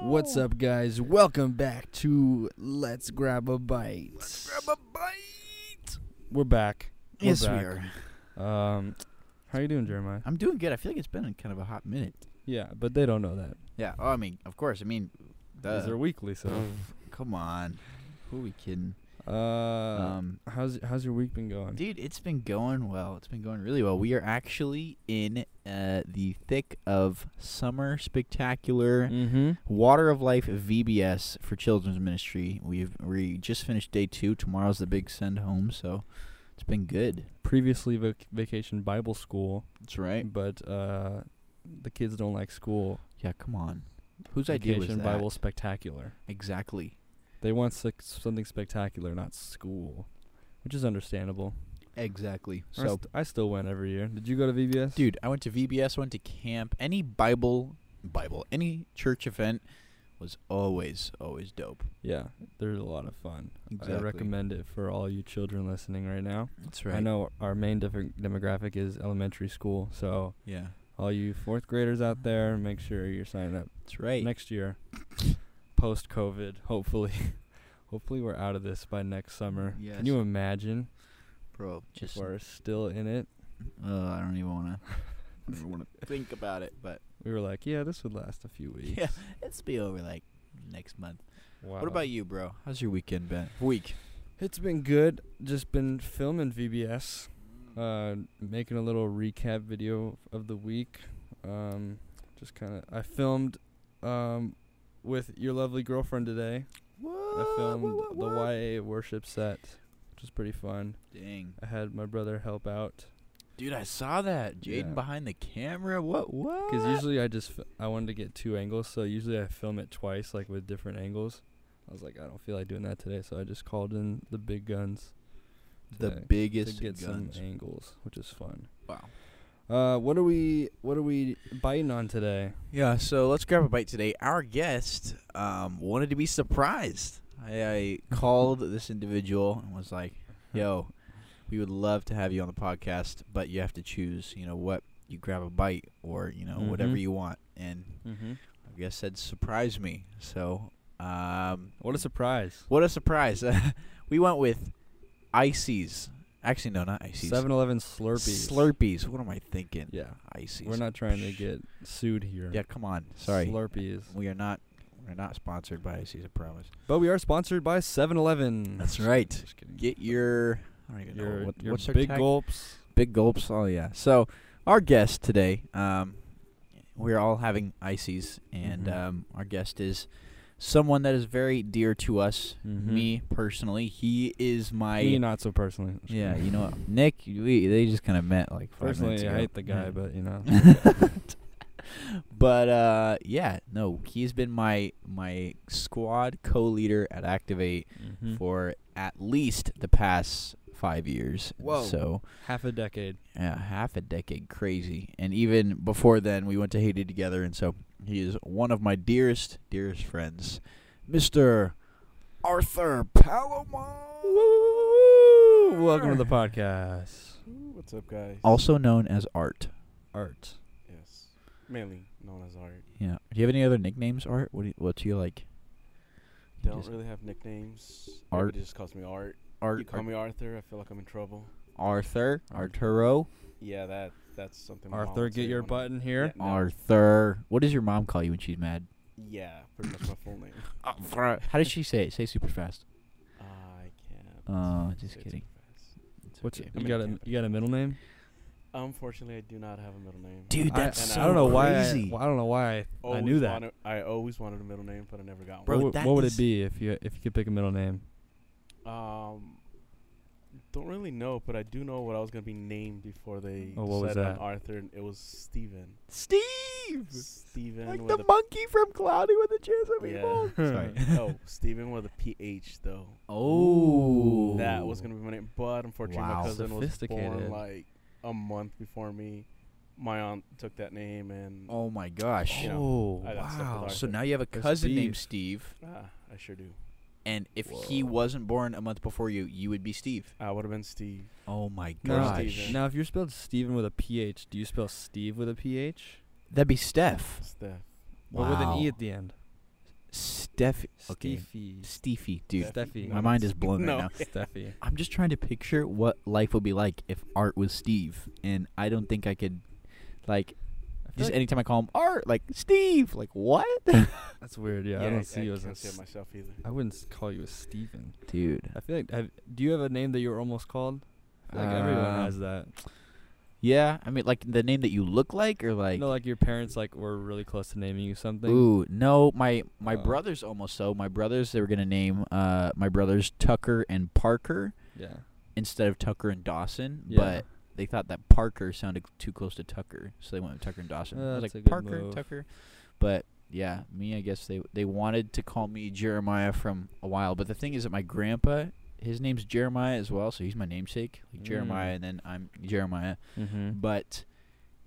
What's up, guys? Welcome back to Let's Grab a Bite. Grab a bite. We're back. We're yes, back. we are. Um, how you doing, Jeremiah? I'm doing good. I feel like it's been kind of a hot minute. Yeah, but they don't know that. Yeah. Oh, I mean, of course. I mean, duh. These are weekly, so. Come on. Who we kidding? Uh, Mm. Um, how's how's your week been going? dude, it's been going well. It's been going really well. We are actually in uh, the thick of summer spectacular. Mm-hmm. Water of Life VBS for Children's Ministry. We've we just finished day two. Tomorrow's the big send home, so it's been good. Previously, vac- vacation Bible school, That's right. but uh, the kids don't like school. Yeah, come on. Whose idea was vacation that? Bible spectacular. Exactly. They want sec- something spectacular, not school, which is understandable. Exactly. I So, st- I still went every year. Did you go to VBS? dude, I went to VBS, went to camp. Any Bible, Bible, any church event was always, always dope. Yeah, they're a lot of fun. I Exactly. recommend it for all you children listening right now. That's right. I know our main differ- demographic is elementary school, so Yeah, all you fourth graders out there, make sure you're signing up that's right. next year, post COVID. Hopefully, hopefully we're out of this by next summer. Can you Yes. imagine bro, just if we're still in it? uh, I don't even wanna, I don't even wanna think about it. But We were like, yeah, this would last a few weeks. yeah, it's be over like next month. Wow. What about you, bro? How's your weekend been? Week. It's been good. Just been filming VBS, uh, making a little recap video of the week. Um, just kind of, I filmed um, with your lovely girlfriend today. Ah, I filmed the YA worship set, which was pretty fun. Dang, I had my brother help out dude, I saw that Jaden Yeah. behind the camera. What? What? because usually I just f- I wanted to get two angles, so usually I film it twice, like with different angles. I was like, I don't feel like doing that today, so I just called in the big guns the today to biggest get guns. some angles, which is fun. wow. Uh, what are we what are we biting on today? Yeah, so let's grab a bite today. Our guest um, wanted to be surprised. I, I called this individual and was like, "Yo, we would love to have you on the podcast, but you have to choose. You know what? You grab a bite, or you know whatever Mhm. you want." And Mm-hmm. I guess said, "Surprise me." So, um, What a surprise! what a surprise! we went with Ices. Actually, no, not Ices. 7-Eleven Slurpees. Slurpees. What am I thinking? Yeah, Ices. we're not trying to get sued here. Yeah, come on. Sorry. Slurpees. We are not. We're not sponsored by Ices, I promise. But we are sponsored by 7-Eleven. That's right. Just kidding. Get your. I don't even your know what, your what's their big tag? gulps. Big gulps. Oh yeah. So our guest today, um, we're all having Ices, and Mhm. um, our guest is someone that is very dear to us. Mhm. Me personally, he is my. Me not so personally. Just yeah, kidding. you know, what? Nick. We, they just kind of met like five minutes Personally, I ago. Mm-hmm. hate the guy, Yeah. but you know. but uh, yeah, no, he's been my my squad co-leader at Activate Mhm. for at least the past five years. Whoa. So half a decade. yeah, half a decade, crazy. And even before then, we went to Haiti together, and so he is one of my dearest, dearest friends, Mister Arthur Palomar. Welcome to the podcast. What's up, guys? Also known as Art. Art. Yes, mainly known as Art. Yeah. Do you have any other nicknames, Art? What do you, what do you like? You Don't just- really have nicknames. Art. Everybody just calls me Art. Art, You call me Arthur, I feel like I'm in trouble. Arthur, Arturo, Yeah, that that's something. my mom Arthur, would get say your when I- button here. Yeah, no. Arthur. What does your mom call you when she's mad? Yeah, pretty much my full name. How does she say it? Say super fast. I can't. Oh, just say it kidding. super fast. It's What's okay. you got? A, you got a middle name? Unfortunately, I do not have a middle name. Dude, I- that's and so I don't know crazy. why. I, I don't know why I, I Always knew that. wanted- I always wanted a middle name, but I never got Bro, what, that w- what would is- it be if you if you could pick a middle name? one. Um, don't really know, but I do know what I was gonna be named before they Oh, what was decided on that? Arthur, and it was Steven. Steve, Steven like with the a monkey from Cloudy with a Chance of Yeah. Meatballs. Sorry. oh, Steven with a PH though. Oh, That was gonna be my name, but unfortunately, Wow. my cousin was Sophisticated. born like a month before me. My aunt took that name, and Oh my gosh. You know, Oh, I got stuck with wow. Arthur. So now you have a That's cousin named Steve. Steve, ah, I sure do. and if he Whoa. wasn't born a month before you, you would be Steve. I would have been Steve. Oh my Now, Gosh. gosh. Steven. now, if you're spelled Steven with a PH, do you spell Steve with a PH? That'd be Steph. Steph. But with an Wow. E at the end. Steph. Okay. Steffi. Steffi, dude. Steffi. My mind is blown No. right now. Steffi. I'm just trying to picture what life would be like if Art was Steve, and I don't think I could, like, I feel just like anytime I call him Art, like Steve, like what, that's weird. Yeah, I don't see you as a. can't see it s- myself either. I wouldn't s- call you a Steven. dude? I feel like. Have, do you have a name that you were almost called? I feel like everyone Uh, has that. Yeah, I mean, like the name that you look like, or like, no, like your parents like were really close to naming you something. ooh, no, my my Oh. brothers almost so. My brothers, they were gonna name uh my brothers Tucker and Parker Yeah. instead of Tucker and Dawson, Yeah. but they thought that Parker sounded too close to Tucker, so they went with Tucker and Dawson. Uh, I was that's a like good Parker, move. Tucker, but yeah, me. I guess they they wanted to call me Jeremiah from a while, but the thing is that my grandpa, his name's Jeremiah as well, so he's my namesake, like Jeremiah, Mm. and then I'm Jeremiah. Mm-hmm. But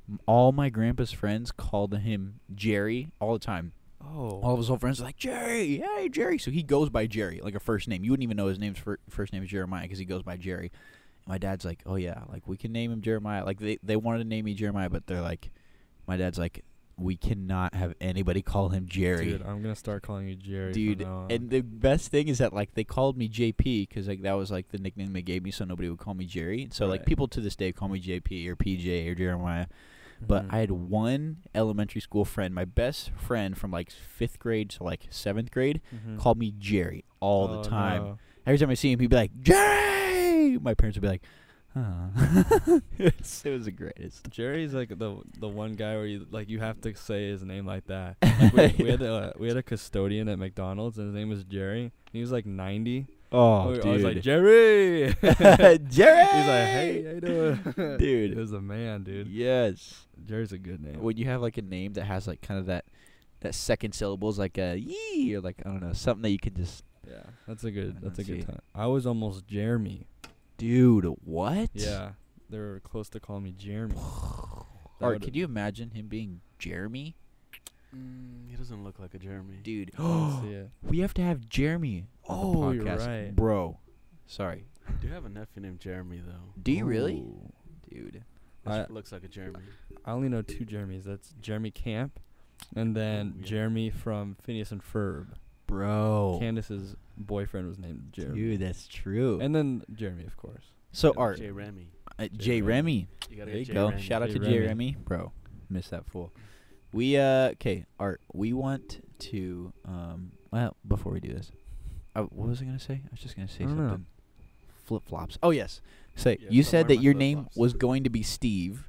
m- all my grandpa's friends called him Jerry all the time. Oh. All of his old friends are like Jerry, hey Jerry. So he goes by Jerry, like a first name. You wouldn't even know his name's fir- first name is Jeremiah because he goes by Jerry. And my dad's like, oh yeah, like we can name him Jeremiah. Like they they wanted to name me Jeremiah, but they're like, my dad's like, we cannot have anybody call him Jerry. Dude, I'm gonna start calling you Jerry. from Dude, now on. and the best thing is that like they called me JP because like that was like the nickname they gave me, so nobody would call me Jerry. So like Right. people to this day call me JP or PJ or Jeremiah. But Mhm. I had one elementary school friend, my best friend from like fifth grade to like seventh grade, Mhm. called me Jerry all Oh, the time. no. Every time I see him, he'd be like Jerry. My parents would be like, huh. It's- it was the greatest. Jerry's like the the one guy where you like you have to say his name like that. Like we, we had a we had a custodian at McDonald's and his name was Jerry. And he was like 90. Oh, We- dude. I was like Jerry. He's like, Jerry. hey, how you doing, Dude. It was a man, dude. Yes. Jerry's a good name. when you have like a name that has like kind of that that second syllable is like a yee or like I don't know something that you can just Yeah, that's a good. That's a Let's see. good time. I was almost Jeremy. dude what Yeah, they were close to calling me Jeremy. That or would've- could you imagine him being Jeremy Mm, he doesn't look like a Jeremy. dude I don't see it. we have to have Jeremy Oh, on the you're podcast right. bro sorry I do have a nephew named Jeremy though. do you really Ooh. dude I This looks like a Jeremy. I only know two Jeremys. That's Jeremy Camp, and then yeah. Jeremy from Phineas and Ferb. bro Candace's boyfriend was named Jeremy. dude that's true And then Jeremy, of course. so Yeah, Art J. Remy. uh, J Remy You gotta There get you J. go Remy. shout out J. to J Remy. Remy bro miss that fool We uh okay, Art. We want to um well before we do this, I, what was I gonna say? I was just gonna say I don't know. something. Flip flops. Oh yes. Say Yeah, you so said that where are my your name flip-flops? was going to be Steve,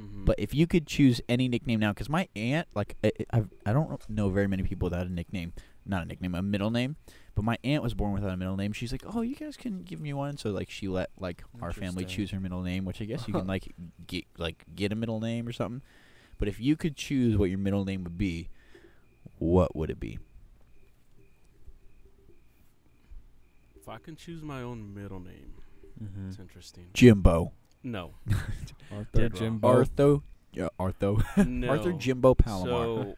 Mhm. but if you could choose any nickname now, because my aunt, like I, I, I've- I don't know very many people without a nickname, not a nickname, a middle name. But my aunt was born without a middle name. She's like, oh, you guys can give me one. So like she let like our family Interesting. choose her middle name, which I guess you can like get like get a middle name or something. But if you could choose what your middle name would be, what would it be? if I can choose my own middle name, Mm-hmm. it's interesting. Jimbo. No, Arthur Dead wrong. Jimbo. Artho. Yeah, Artho. no. Arthur Jimbo Palomar. So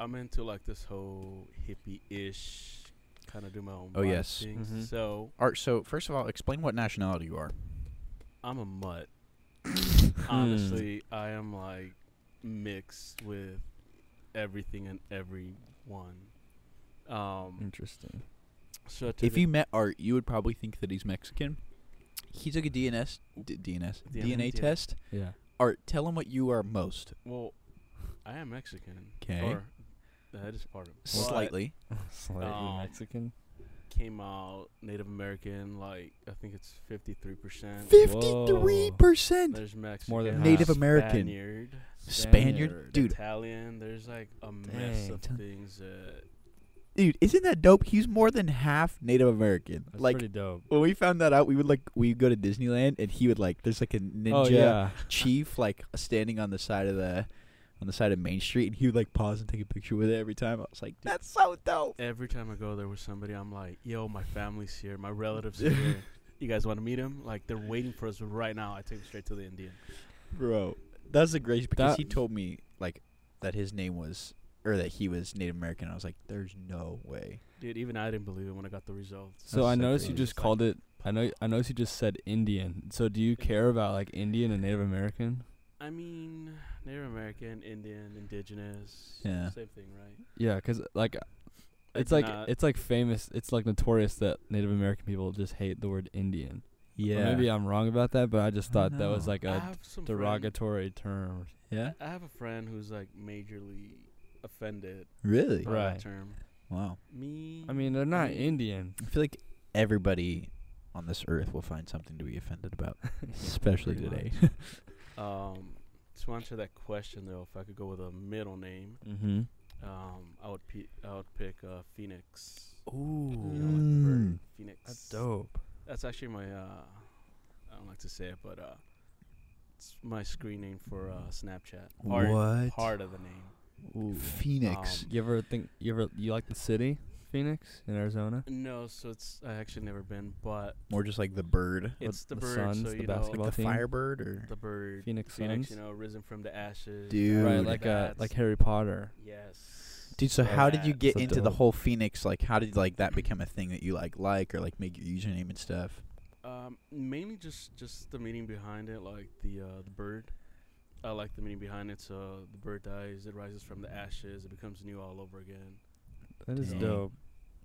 I'm into like this whole hippie-ish kind of do my own. Oh, body yes. thing. Mhm. So Art. So first of all, explain what nationality you are. I'm a mutt. Honestly, I am like mixed with everything and everyone. Um, Interesting. so I took Mm. If a- you met Art, you would probably think that he's Mexican. He took a DNS, d- DNS, Yeah, DNA yeah. test. Yeah. Art, tell him what you are most. well, I am Mexican. 'Kay. Or that is part of it. Slightly. Slightly Um, Mexican. Came out Native American, like I think it's fifty-three percent. Oh. Fifty-three percent. There's Mexican, More than Native half. American. Spaniard, Spaniard, dude, Italian. There's like a mess Dang, of ton- things that dude, isn't that dope? He's more than half Native American. That's like pretty dope. when we found that out, we would like we would go to Disneyland, and he would like there's like a ninja Oh yeah. chief like standing on the side of the on the side of Main Street, and he would like pause and take a picture with it every time. I was like, that's so dope. every time I go there with somebody, I'm like, yo, my family's here, my relatives are here. You guys want to meet him? Like they're waiting for us right now. I take him straight to the Indian. Bro, that's the greatest because That- he told me like that his name was or that he was Native American. I was like, there's no way. Dude, even I didn't believe it when I got the results. So I so noticed you crazy. just It's like- called it. I know. I noticed you just said Indian. So do you care about like Indian and Native American? I I mean, Native American, Indian, Indigenous. Yeah. Same thing, right? Yeah, 'cause like I it's do like not- it's like famous. It's like notorious that Native American people just hate the word Indian. Or Yeah. maybe I'm wrong about that, but I just I thought don't that was know. like I a have some friend- derogatory term. yeah. I have a friend who's like majorly offended Really? by Right. that term. Wow. Me. I mean, they're not Mm. Indian. I feel like everybody on this earth will find something to be offended about, especially Pretty today. um, to answer that question though, if I could go with a middle name, Mm-hmm. um, I would pe- I would pick uh, Phoenix. You know, Ooh, like the bird, Mm. Phoenix. that's dope. That's actually my. Uh, I don't like to say it, but uh, it's my screen name for uh, Snapchat. Part, What? Part of the name. Phoenix. Um, You ever think you ever you like the city, Phoenix in Arizona? No, so it's I actually never been, but More just like the bird. With it's the, the bird. Suns, so the you know, basketball the team? firebird or the bird. Phoenix Phoenix, you Suns? know, risen from the ashes. Dude. right, Dude, like uh, that's- like Harry Potter. Yes. Dude, so Like how did you that. get So into the dope. whole Phoenix? Like, how did like that become a thing that you like, like, or like make your username and stuff? Um, mainly just just the meaning behind it, like the uh, the bird. I like the meaning behind it. So the bird dies, it rises from the ashes, it becomes new all over again. That is Dang. dope.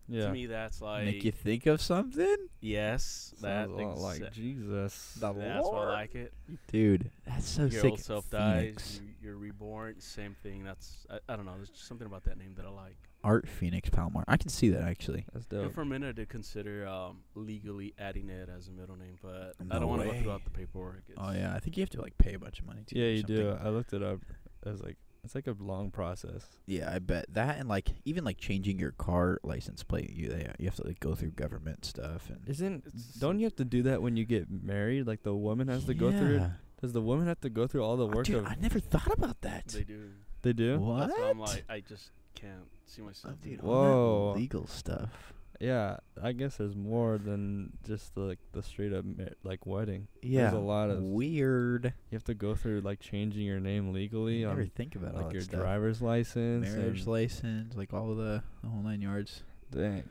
To Yeah, me, that's like make you think of something, yes, that sounds a lot like exa- Jesus. The that's why Lord. I like it. dude. That's so Your sick. old self Phoenix. dies, you, you're reborn. Same thing. That's I, I don't know. There's just something about that name that I like. Art Phoenix Palomar. I can see that actually. That's And dope. for a minute, I did consider um, legally adding it as a middle name, but I No don't want to go way. through out the paperwork. It's, Oh yeah, I think you have to like pay a bunch of money. To Yeah, or you something. do. I looked it up. I was like, it's like a long process. Yeah, I bet that and like even like changing your car license plate, you they, you have to like go through government stuff and. Isn't It's- don't you have to do that when you get married? Like the woman has to go through. Yeah. Does the woman have to go through all the Oh, work dude, of I never thought about that. They do. they do? What? That's why I'm like, I just can't see myself. Oh, doing dude, that. all that Whoa. legal stuff. Yeah, I guess there's more than just the, like the straight up ma- like wedding. Yeah, a lot of- weird. You have to go through like changing your name legally never on think about all like that your stuff. driver's license. marriage and- license, like all the, the whole nine yards. Dang.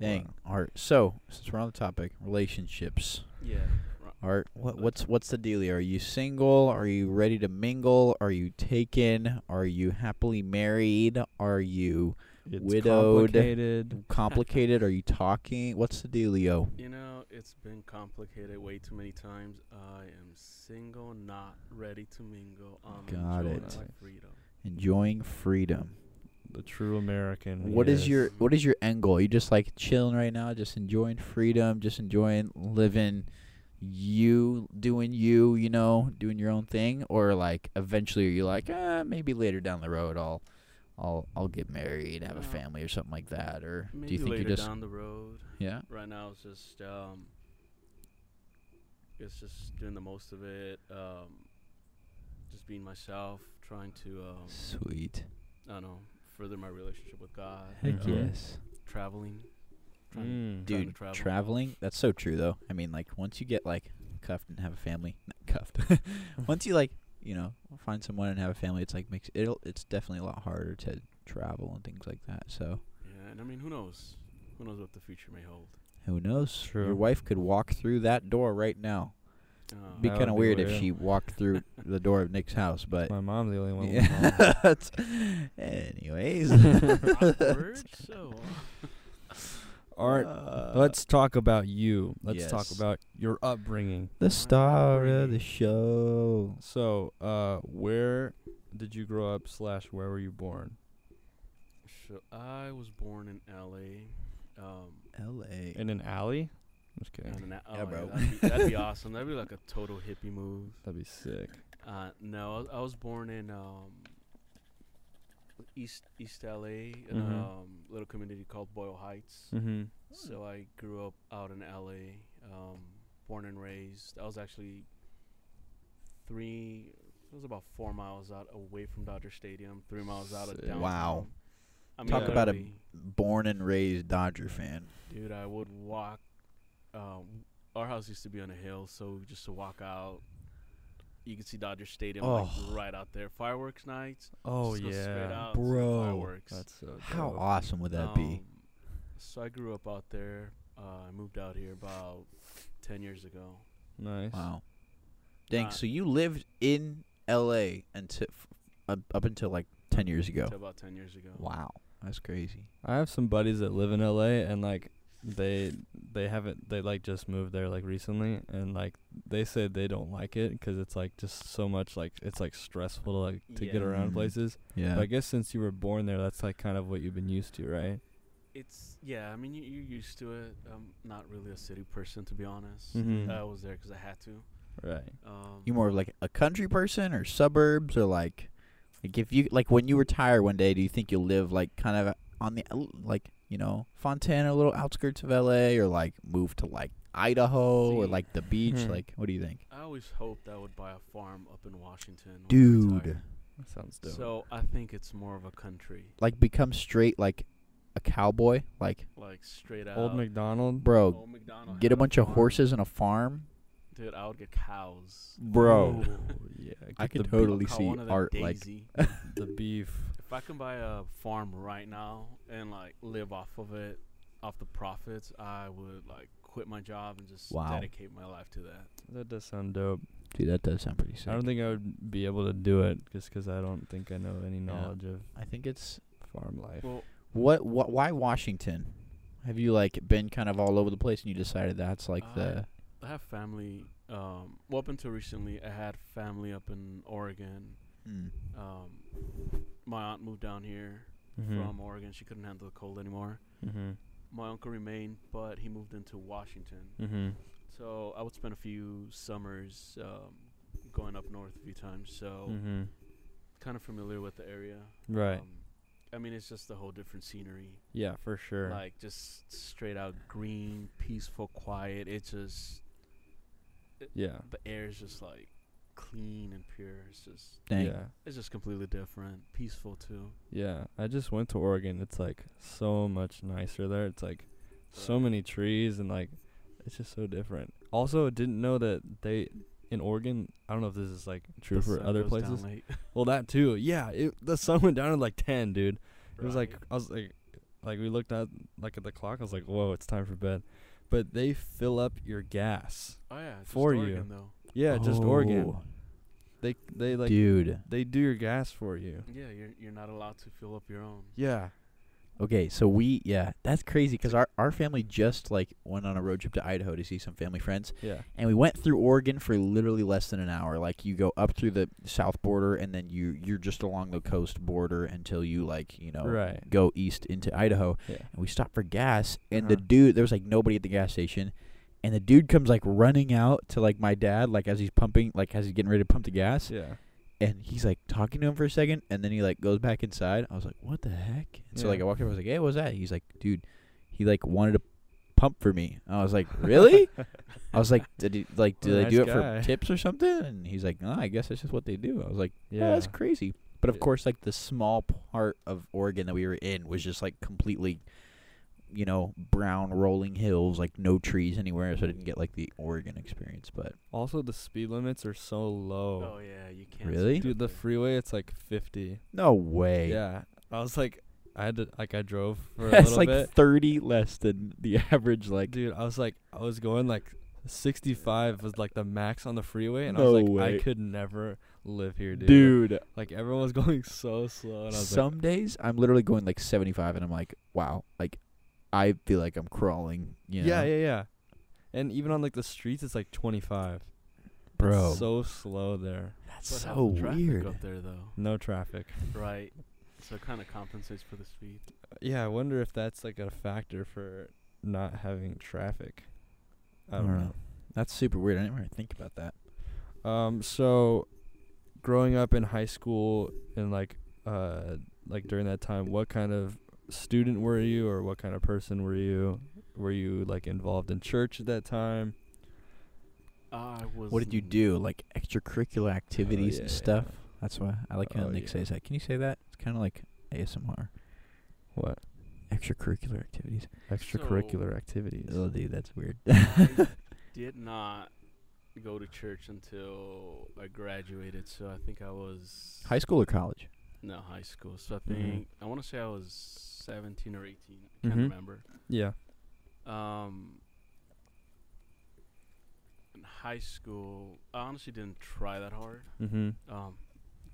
Dang, Wow. art. So since we're on the topic, relationships, Yeah. art. What what's what's the dealie? Are you single? Are you ready to mingle? Are you taken? Are you happily married? Are you It's Widowed. complicated. complicated? Are you talking? What's the dealio? You know, it's been complicated way too many times. I am single, not ready to mingle. I'm Got enjoying it. my freedom. Enjoying freedom. The true American. What is yes. your what is your end goal? You just like chilling right now, just enjoying freedom, just enjoying living you doing you, you know, doing your own thing or like eventually are you like, "Ah, maybe later down the road I'll I'll I'll get married, have a Uh, family or something like that or Maybe do you think later you're just down the road. yeah? Right now, it's just um, it's just doing the most of it. Um, just being myself, trying to um, Sweet. I don't know, further my relationship with God. Um, Heck Yeah. yes. Traveling. Trying Mm. Trying to Dude, travel. traveling, that's so true though. I mean, like once you get like cuffed and have a family, not cuffed. once you like, you know, find someone and have a family, it's like makes it'll it's definitely a lot harder to travel and things like that. So, Yeah, and I mean, who knows? Who knows what the future may hold? who knows? Your True. wife could walk through that door right now. Uh, Be That kind of would be weird if weird. she walked through the door of Nick's house, but My mom's the only one. with yeah. mom. that's- anyways. awkward, so Art. Uh, let's talk about you. Let's talk yes. about your upbringing. the star of the show. So, uh, where did you grow up? Slash, where were you born? So I was born in LA. Um, L.A. In an alley? Just kidding. and that- oh, Yeah, bro. that'd, be, that'd be awesome. That'd be like a total hippie move. That'd be sick. Uh, no, I was, I was born in um, East East LA, Mm-hmm. in Mhm. um, little community called Boyle Heights. Hmm. Mm-hmm. So I grew up out in LA, um, born and raised. I was actually three, it was about four miles out away from Dodger Stadium, three miles out of Sick. downtown. Wow. I Talk about a- literally, born and raised Dodger fan. dude. I would walk. Um, our house used to be on a hill, so just to walk out, you could see Dodger Stadium like Oh. right out there. Fireworks nights. Oh just go straight yeah, out and see the Bro. Fireworks. that's so. How dope. awesome would that be? Um, So I grew up out there. Uh, I moved out here about ten years ago. nice. Wow. Dang, Uh, so you lived in L.A. until up up until like ten years ago. to about 10 years ago. Wow, that's crazy. I have some buddies that live in LA and like they they haven't they like just moved there like recently and like they say they don't like it cuz it's like just so much like it's like stressful to like to get Yeah. around Mhm. places. Yeah. But I guess since you were born there that's like kind of what you've been used to, right? It's, yeah, I mean, you, you're used to it. I'm not really a city person, to be honest. Mhm. I was there because I had to. Right. Um, Mm-hmm. you more of like a country person or suburbs or like like if you like when you retire one day, do you think you'll live like kind of on the l- like you know Fontana, a little outskirts of L.A. or like move to like Idaho or See. like the beach? Hmm. Like, what do you think? I always hoped I would buy a farm up in Washington. when I Dude. retire. That sounds dope. So I think it's more of a country, Like become straight like a cowboy? Like, like straight out. Old McDonald. bro, Old McDonald get had a bunch of farm. horses and a farm, Dude, I would get cows. bro. Oh, yeah. I get could the totally Call see one of them art like- Daisy. beef- the beef. If I can buy a farm right now and like live off of it, off the profits, I would like quit my job and just Wow. dedicate my life to that. That does sound dope. Dude, that does sound pretty sick. I don't think I would be able to do it just 'cause I don't think I know any Yeah. knowledge of I think it's farm life. Well, what, what why Washington? Have you like been kind of all over the place and you decided that's like Uh, the I have family. Um, well, up until recently, I had family up in Oregon. mm, Um, my aunt moved down here Mm-hmm. from Oregon. She couldn't handle the cold anymore. Mm-hmm. My uncle remained, but he moved into Washington. Mm-hmm. So I would spend a few summers um, going up north a few times. So Mm-hmm. kind of familiar with the area. Right. Um, I mean, it's just a whole different scenery. yeah, for sure. Like just straight out green, peaceful, quiet. It's just yeah. the air is just like clean and pure. It's just dang. Yeah. it's just completely different, peaceful too. Yeah. I just went to Oregon. It's like so much nicer there. It's like so Right. many trees and like it's just so different. Also, didn't know that they in Oregon. I don't know if this is like true The for sun other goes down places. late. Well, that too. Yeah. It, the sun went down at like ten, dude. It was like Right. I was like, like we looked at like at the clock. I was like, whoa, it's time for bed. But they fill up your gas. oh yeah, just for you. Oregon, though. Yeah, just Oregon. Oh, They they like Dude. they do your gas for you. Yeah, you're you're not allowed to fill up your own. Yeah. Okay, so we yeah, that's crazy because our our family just like went on a road trip to Idaho to see some family friends, Yeah. and we went through Oregon for literally less than an hour. Like you go up through the south border, and then you you're just along the coast border until you like you know Right. go east into Idaho. Yeah. And we stopped for gas, and the Uh-huh. dude there was like nobody at the gas station, and the dude comes like running out to like my dad like as he's pumping like as he's getting ready to pump the gas, Yeah. and he's like talking to him for a second, and then he like goes back inside. I was like, "What the heck?" And so Yeah. like I walked up, I was like, "Hey, what was that?" He's like, "Dude, he like wanted to pump for me." I was like, "Really?" I was like, "Did he like do What a they do it nice guy." for tips or something?" And he's like, "No, I guess that's just what they do." I was like, "Yeah, Yeah. that's crazy." But of Yeah. course, like the small part of Oregon that we were in was just like completely, you know, brown rolling hills, like no trees anywhere, so I didn't get like the Oregon experience. But Also, the speed limits are so Oh, low. yeah, you can't. Really? speed Dude, up the there. freeway it's like 50. no way. Yeah. I was like, I had to like I drove for a That's little like bit. 30 less than the average. Like, Dude, I was like, I was going like 65 was like the max on the freeway, and I No was like, way. I could never live here, dude. dude, Like everyone was going so slow, and I was some days I'm literally going like 75, and I'm like, wow, like I feel like I'm crawling. You like, know? yeah, yeah, yeah. And even on like the streets, it's like 25. bro, So slow there. that's But how's so the traffic weird. up there though, No traffic. right? So it kind of compensates for the speed. Yeah, I wonder if that's like a factor for not having traffic. I don't Alright. That's super weird. I didn't really think about that. know. Um, so growing up in high school and like uh like during that time, what kind of student were you or what kind of person were you? Were you like involved in church at that time? I was. What did you n- do? Like extracurricular activities Oh, yeah, and stuff. That's why I like how Oh, Nick yeah. says that. Can you say that? It's kind of like ASMR. What? Extracurricular activities. Oh. Extracurricular activities. Oh, dude, that's weird. I did not go to church until I graduated, so I think I was High Mm-hmm. school or college? no high school. So I Mhm. think I want to say I was seventeen or eighteen. I can't Mm-hmm. Mhm. remember. Yeah. Um, in high school, I honestly didn't try that hard. Mhm. Um,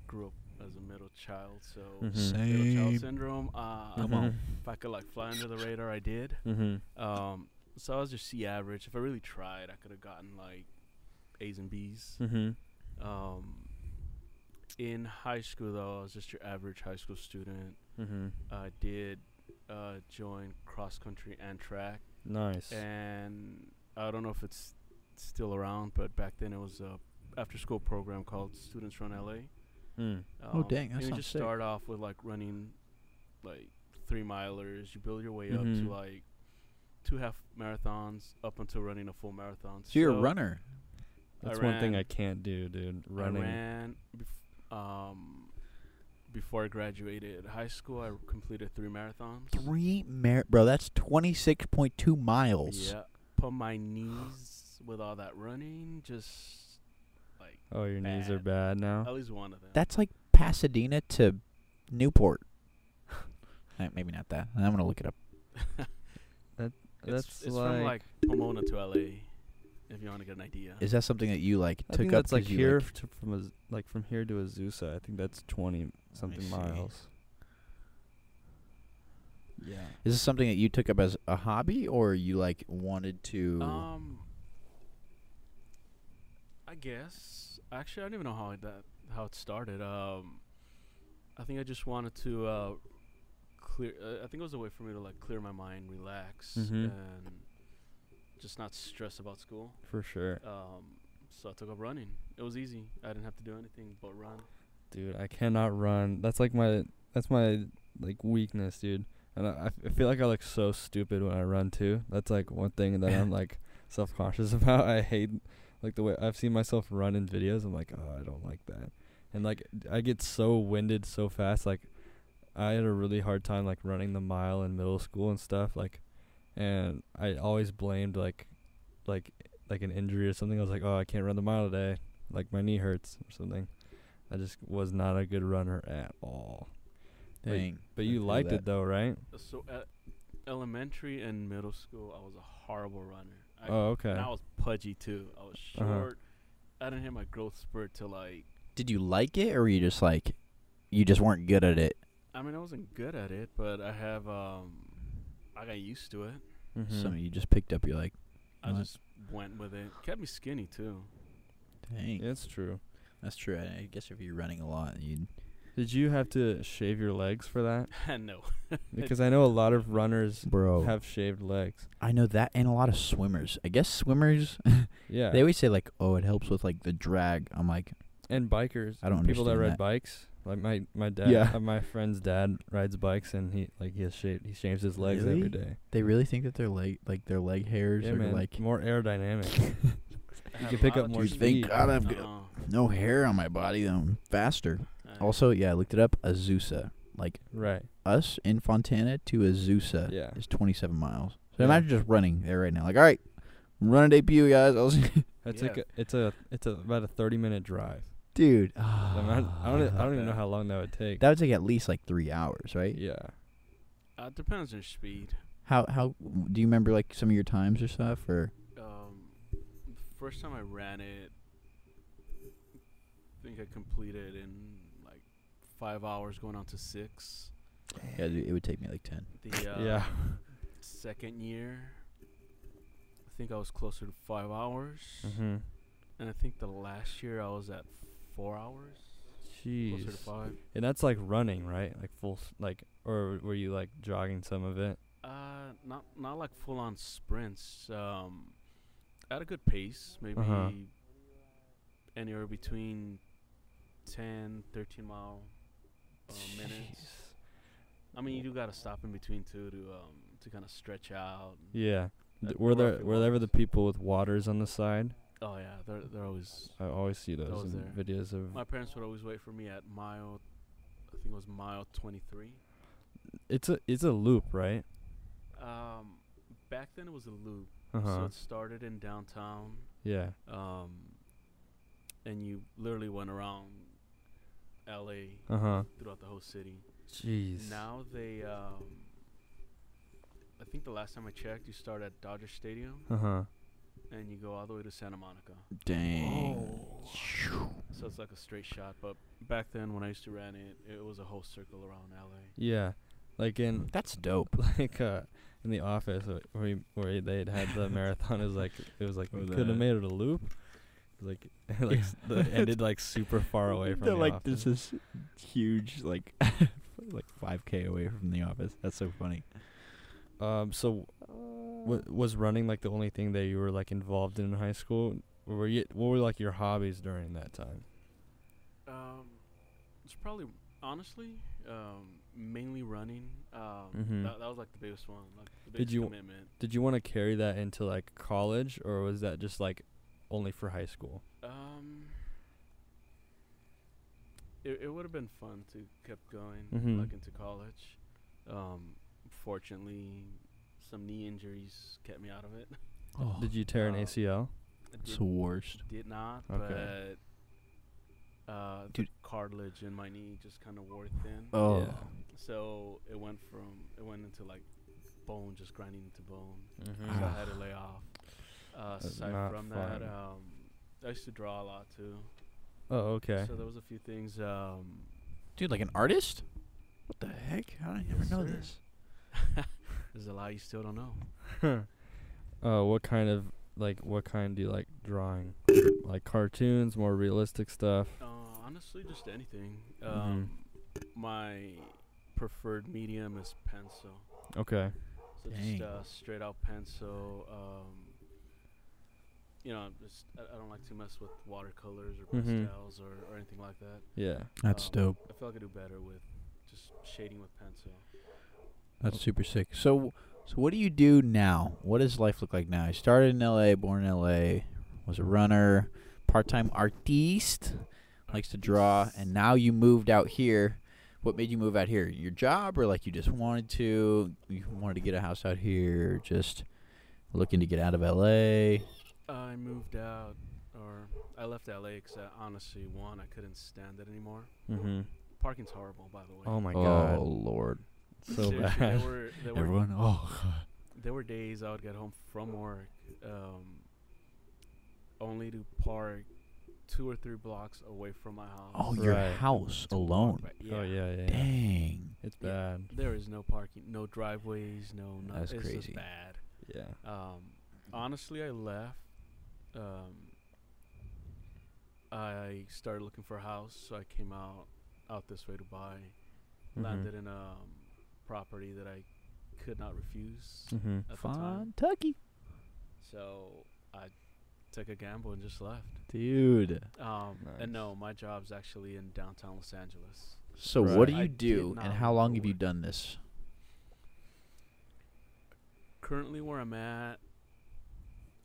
grew up as a middle child, so Mhm. middle Mm. Same. Uh-huh. child syndrome. Uh, Come on. If I could like fly under the radar, I did. Mm-hmm. Um, so I was just C average. If I really tried, I could have gotten like A's and B's. Mm-hmm. Um, in high school, though, I was just your average high school student. Mm-hmm. I did uh, join cross country and track, Nice. and I don't know if it's still around, but back then it was a after school program called Students Run LA. Mm. Oh, Um, dang, that and you sounds just sick. start off with like running like three milers. You build your way up Mhm. to like two half marathons up until running a full marathon. So you're a runner. That's one thing ran- I can't do, dude. I Running. ran bef- um, before I graduated high school. I completed three marathons. Three mar- bro. That's twenty six point two miles. Yeah, put my knees with all that running. Just like Oh, your knees are bad at now. least one of them. That's like Pasadena to Newport. Uh, Maybe not that. I'm gonna look it up. It's- That's it's like, from like Pomona to LA. If you want to get an idea. Is that something that you like I took think up? that's like 'cause you, here like- to, from Az- like from here to Azusa. I think that's twenty something see. miles. Yeah. is this something that you took up as a hobby, or you like wanted to? Um, I guess actually I don't even know how it, that how it started. Um, I think I just wanted to uh, clear. Uh, I think it was a way for me to like clear my mind, relax, Mhm. and just not stress about school. For sure, Um, so I took up running. It was easy. I didn't have to do anything but run. dude. I cannot run. That's like my that's my like weakness, dude. And I, I f- I feel like I look so stupid when I run too. That's like one thing that I'm like self conscious about. I hate like the way I've seen myself run in videos. I'm like, oh, I don't like that. And like I get so winded so fast. Like I had a really hard time like running the mile in middle school and stuff. Like, and I always blamed like like like an injury or something. I was like, oh, I can't run the mile today. Like my knee hurts or something. I just was not a good runner at all. Dang. But I you feel liked that. it though, right? Uh, So at elementary and middle school, I was a horrible runner. I oh, okay. And I was pudgy too. I was Uh-huh. short. I didn't hit my growth spurt till like Did you like it, or were you just like, you just weren't good at it? I mean, I wasn't good at it, but I have um, I got used to it. Mhm. Something you just picked up. You're like, I Uh-huh. Right. just went with it. Kept me skinny too. dang, Yeah, it's true. that's true. I, I guess if you're running a lot, you Did you have to shave your legs for that? no, Because I know a lot of runners bro. have shaved legs. I know that, and a lot of swimmers. I guess swimmers Yeah. they always say like, oh, it helps with like the drag. I'm like, and bikers. I don't people that understand ride that. bikes. Like my my dad, Yeah. uh, my friend's dad rides bikes and he like he has shaved he shaves his legs Really? every day. they really think that their leg, like their leg hairs, Yeah, are man. like more aerodynamic. I You had can a pick lot up of more issues. speed. Thank God I've got- Uh-uh. no hair on my body. I'm faster. I- Also, yeah, I looked it up. Azusa, like right. us in Fontana to Azusa, Yeah. is 27 miles. So Yeah. imagine just running there right now. Like, all right, I'm running debut, guys. I was, It's Yeah. like a, it's a it's a, about a thirty minute drive. dude. ah, I, mean, I don't- e, I don't I don't even know Yeah. how long that would take. That would take at least like three hours, right? yeah. Uh, it depends on your speed. How how do you remember like some of your times or stuff or Um, the first time I ran it, I think I completed in like five hours, going on to six. yeah, dude, it would take me like ten. The uh, yeah. second year, I think I was closer to five hours, Mm-hmm. and I think the last year I was at four hours, closer to Jeez. five. And that's like running, right? Like full s- like or were you like jogging some of it? Uh, not not like full on sprints. Um, at a good pace, maybe Uh-huh. anywhere between 10, 13 mile uh, minutes. I mean, you do gotta stop in between too to um to kind of stretch out. and- Yeah. Uh, Th- were the there rocky were there ones. the people with waters on the side? Oh yeah, they're they're always I always see those, Those in there. videos of My parents would always wait for me at mile, I think it was mile 23. It's a it's a loop, right? Um, back then it was a loop, Uh so huh. it started in downtown, Yeah. um, and you literally went around L.A. Uh huh. throughout the whole city. Jeez. Now they, um, I think the last time I checked, you start at Dodger Stadium Uh huh. and you go all the way to Santa Monica. Oh, Dang. So it's like a straight shot. But back then, when I used to run it, it was a whole circle around LA. Yeah, like in That's dope. like uh, in the office uh, where you- where they had had the marathon is like it was like we Or could that. have made it a loop. Like like s- the ended like super far away from They're the like office. this is huge, like like five k away from the office. That's so funny. Um, so wa was running like the only thing that you were like involved in in high school? Or were you what were like your hobbies during that time? Um, it's probably honestly um, mainly running. Um, Mhm. that, that was like the biggest one. Like the Did biggest you- commitment. Did you want to carry that into like college, or was that just like only for high school? Um, it it would have been fun to kept going Mhm. like into college. Um, fortunately, some knee injuries kept me out of it. Oh, Did you tear an uh, ACL? I it's did, the worst. did not, Okay. but uh, the Dude. cartilage in my knee just kind of wore thin. Oh, Yeah. So it went from it went into like bone, just grinding into bone. Mm-hmm. So I had to lay off. Uh, That's aside not from that, fun. um, I used to draw a lot too. Oh, okay. So there was a few things. Um, dude, like an artist? What the heck? How did I never Yes, know sir. this? there's a lot you still don't know. uh, what kind of like what kind do you like drawing? like cartoons, more realistic stuff. Uh, honestly, just anything. Mm-hmm. Um, My preferred medium is pencil. Okay. So Dang. just uh, straight out pencil. Um, you know, just I, I don't like to mess with watercolors or Mhm. pastels or, or anything like that. Yeah. That's Um, dope. I feel like I do better with just shading with pencil. That's super sick. So, so what do you do now? What does life look like now? You started in L.A., born in L.A., was a runner, part-time artiste, likes to draw, and now you moved out here. What made you move out here? Your job, or like you just wanted to? You wanted to get a house out here, just looking to get out of L.A. I moved out, or I left LA because I honestly, one, I couldn't stand it anymore. Mm-hmm. Parking's horrible, by the way. Oh my Oh Lord, god. So Seriously, bad. There were, there were everyone. Oh, there were days I would get home from work, um, only to park two or three blocks away from my house. oh, your Right. house to walk alone. back. Oh yeah, yeah. yeah. Dang. It's Yeah. bad. There is no parking, no driveways, no. no That's it's just crazy. bad. Yeah. Um, honestly, I left. Um, I started looking for a house, so I came out out this way to buy. Mm-hmm. Landed in a um, property that I could not refuse Mm-hmm. at the time. Kentucky, So I took a gamble and just left. dude. Um, Nice. And no, my job's actually in downtown Los Angeles. So Right. what do you I did do, not and how look long have you forward. done this? Currently, where I'm at,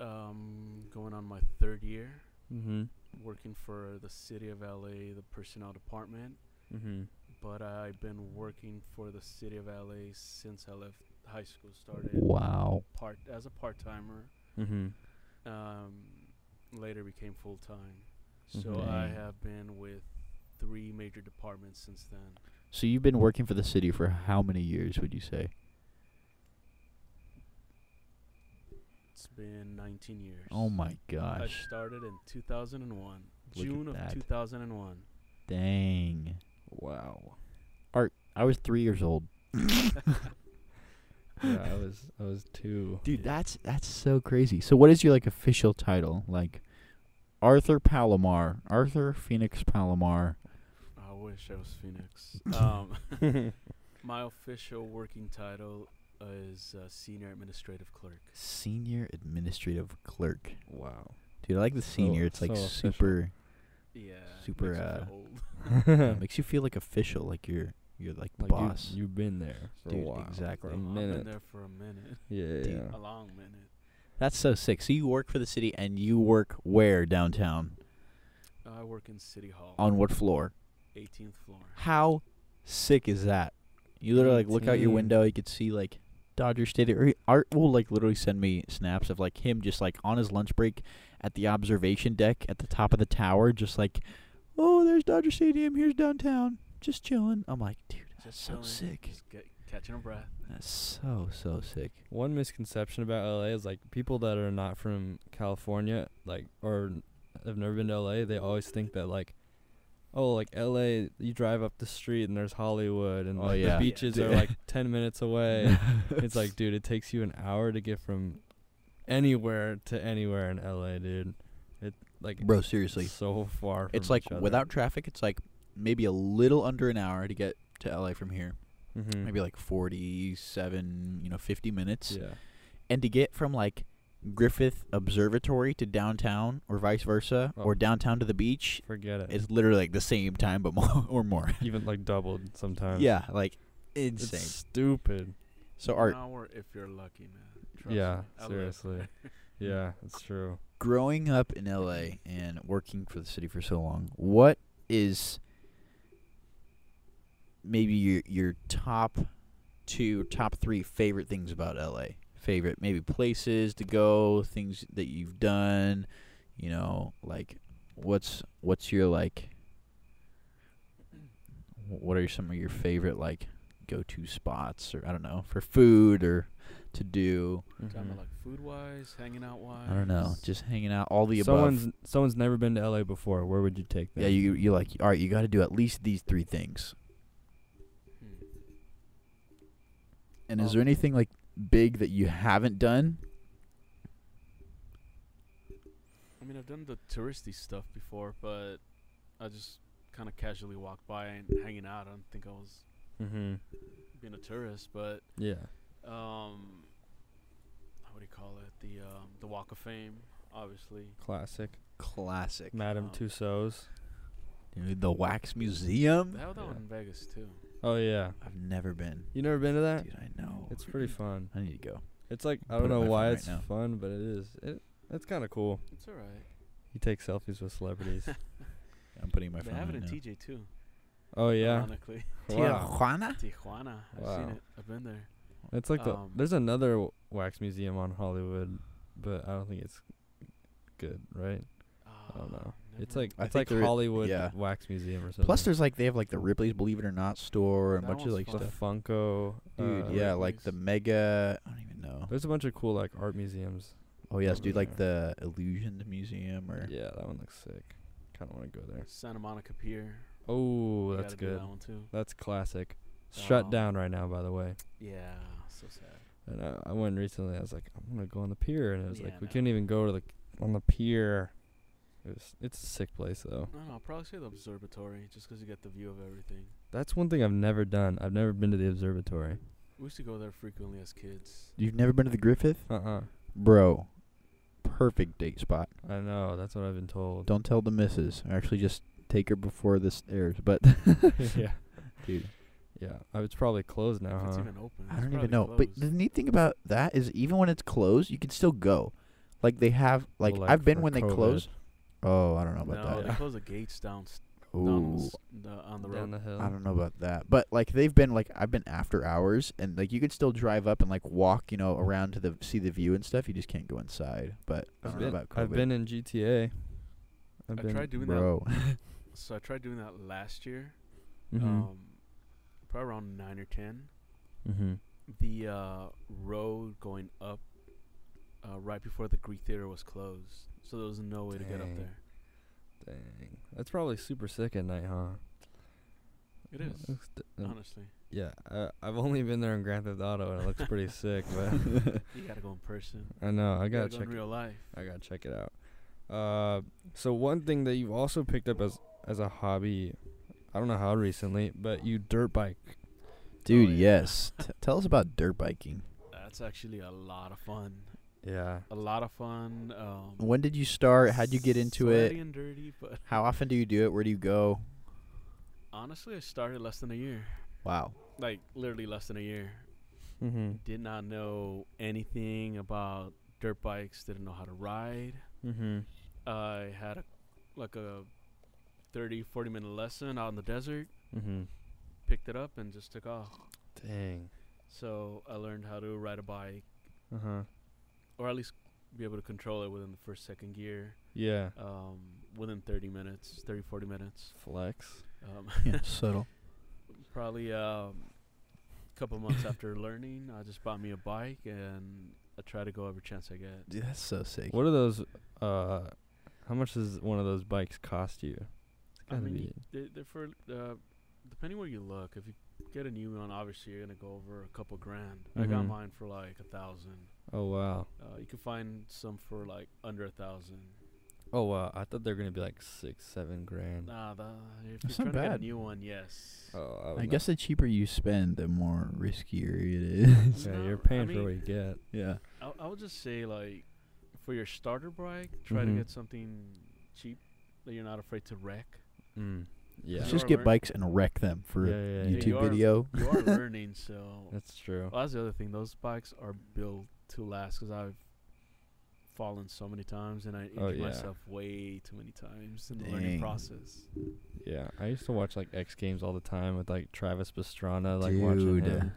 um, going on my third year, Mm-hmm. working for the city of LA, the personnel department. Mm-hmm. But I've been working for the city of LA since I left high school, started Wow. part as a part timer. Mm-hmm. Um, later became full time. So Mhm. I Mm-hmm. Dang. have been with three major departments since then. So you've been working for the city for how many years? Would you say? It's been 19 years. Oh my I gosh! started in 2001, Look at June of that. 2001. Dang. Wow. I was three years old. Yeah, I was I was two. Dude, that's that's so crazy. So what is your like official title? Like Arthur Palomar, Arthur Phoenix Palomar. I wish I was Phoenix. um, my official working title is uh, senior administrative clerk. Senior administrative clerk. Wow. Dude, I like the senior. it's like so official. super Yeah. it Super, makes me feel uh, old. uh, makes you feel like official, like you're you're like the Like boss. You, have been there for Dude, a while. exactly. For a I've I've been minute. there for a minute, Yeah, Dude. yeah. a long minute. That's so sick. So you work for the city and you work where downtown? Uh, I work in City Hall, On what floor? 18th floor. How sick is that? You literally like look out your 18. window, you could see like Dodger Stadium. Or he- Art will like literally send me snaps of like him just like on his lunch break at the observation deck at the top of the tower, just like, oh, there's Dodger Stadium, here's downtown, just chilling. I'm like, dude, that's Just so chilling, sick. Just get, catching a breath. That's so so sick. One misconception about LA is like people that are not from California, like or have never been to LA, they always think that like, oh, like LA, you drive up the street and there's Hollywood and Oh, like, yeah. the beaches Yeah. are like ten minutes away. it's like, dude, it takes you an hour to get from anywhere to anywhere in LA, dude. It like bro, seriously, so far. From it's like each other. without traffic, it's like maybe a little under an hour to get to LA from here. Mm-hmm. Mhm. Maybe like forty-seven, you know, fifty minutes, yeah. and to get from like Griffith Observatory to downtown, or vice versa, Oh. or downtown to the beach, Forget it. it's literally like the same time, but more or more. even like doubled sometimes. yeah, like It's insane. stupid. so art. An hour if you're lucky, man. Trust Yeah, me. I lived seriously. Yeah, it's true. growing up in LA and working for the city for so long, what is maybe your your top two, top three favorite things about LA? Favorite maybe places to go, things that you've done, you know, like what's what's your like what are some of your favorite like go to spots or I don't know, for food or to do? Talking about, like food wise, hanging out wise. Mm-hmm. I don't know, just hanging out, all the above. someone's someone's never been to LA before. Where would you take them? Yeah, you you like all right. You got to do at least these three things. Hmm. And is Oh. there anything like big that you haven't done? I mean, I've done the touristy stuff before, but I just kind of casually walked by and hanging out. I don't think I was Mm-hmm. being a tourist, but Yeah. um, what do you call it? The um, the Walk of Fame, obviously. Classic. Classic. Madame um, Tussauds. Dude, the Wax Museum. They have that Yeah. one in Vegas too. Oh yeah. I've never been. You never been to Uh, that? Dude, I know. It's pretty fun. I need to go. It's like I Put don't it on know my phone why right it's now. fun, but it is. It it's kind of cool. It's all right. You take selfies with celebrities. I'm putting my they phone. have it right in now. TJ too. oh yeah. Ironically, Wow. Tijuana. Tijuana. I've Wow. seen it. I've been there. It's like the Um, there's another w- wax museum on Hollywood, but I don't think it's good, right? I don't Ah, know. It's never- like I it's think like there i- Hollywood yeah. Wax Museum or something. Plus, there's like they have like the Ripley's Believe It or Not store and a That bunch of like one's the stuff. fun. Funko. Dude, uh, yeah, like the Ripley's. Mega. I don't even know. There's a bunch of cool like art museums. Oh yes, over dude, like the Illusion Museum or Yeah, that one looks sick. Kind of want to go there. Santa Monica Pier. Oh, You that's gotta do good. That one too. That's classic. Shut Um, down right now, by the way. Yeah. So sad. And I, I went recently. I was like, I'm gonna go on the pier, and it was Yeah, like we no. couldn't even go to the on the pier. It was, it's a sick place though. I don't know. I'll probably say the observatory just 'cause you get the view of everything. That's one thing I've never done. I've never been to the observatory. We used to go there frequently as kids. You've never been to the Griffith, Uh uh bro? Perfect date spot. I know. That's what I've been told. Don't tell the missus. Or Actually, just take her before this airs. But yeah. dude, Yeah. Uh, It's probably closed now, If it's huh? even open. I it's don't even probably know. But closed. the neat thing about that is, even when it's closed, you can still go. Like they have, like, Well, I've been for when they COVID. close. Oh, I don't know no, about they Yeah. close the gates down, s- that. down on the Ooh, s- the, on the down road. the hill. I don't know about that. But like they've been like I've been after hours, and like you could still drive up and like walk, you know, around to the see the view and stuff. You just can't go inside. But I I've don't been, know about COVID. I've been in GTA. I've I tried doing bro. that. So I tried doing that last year. hmm Um, probably around nine or ten. hmm The uh, road going up, uh, right before the Greek Theater was closed, so there was no way to get up Dang. there. Dang. That's probably super sick at night, huh? It is Looks d- um, honestly. yeah. Uh, I've only been there in Grand Theft Auto, and it looks pretty sick. But You gotta go in person. I know. I You gotta gotta go check. in real life. I gotta check it out. Uh, so one thing that you've also picked up as as a hobby, I don't know how recently, but you dirt bike. Dude, Oh, yeah. yes. T- tell us about dirt biking. That's actually a lot of fun. Yeah. A lot of fun. Um, When did you start? How'd you get into it? sweaty and dirty, but How often do you do it? Where do you go? honestly, I started less than a year. Wow. Like literally less than a year. Mm-hmm. Did not know anything about dirt bikes. Didn't know how to ride. Mm-hmm. I had a, like a 30, 40 minute lesson out in the desert. Mm-hmm. Picked it up and just took off. Dang. So I learned how to ride a bike, Uh huh. or at least be able to control it within the first second gear. Yeah. Um, within 30 minutes, 30, 40 minutes. Flex. Um, Yeah, subtle. probably um, a couple months after learning, I just bought me a bike and I try to go every chance I get. Dude, that's so sick. What are those? Uh, How much does one of those bikes cost you? It's I gotta mean, be you- they, they're for uh, depending where you look. If you get a new one, obviously you're gonna go over a couple grand. I got Mm-hmm. Mhm. mine for like a thousand. Oh wow. Uh, you can find some for like under a thousand. Oh wow. I thought they were gonna be like six, seven grand. Nah, the, if That's you're not trying to get bad. a new one, yes. Oh, I, was I not- guess the cheaper you spend, the more riskier it is. Yeah, No, you're I paying for mean- what you get. yeah. I, I would just say like, for your starter bike, try Mm-hmm. Mhm. to get something cheap that you're not afraid to wreck. Mm. Yeah. Let's You just are get learn- bikes and wreck them for Yeah, a yeah, yeah. YouTube You are- video. You are learning, so That's true. Well, that's the other thing. Those bikes are built to last because I've fallen so many times and I injured Oh, yeah. myself way too many times in the learning Dang. process. Yeah, I used to watch like X Games all the time with like Travis Pastrana, like watching Dude. him.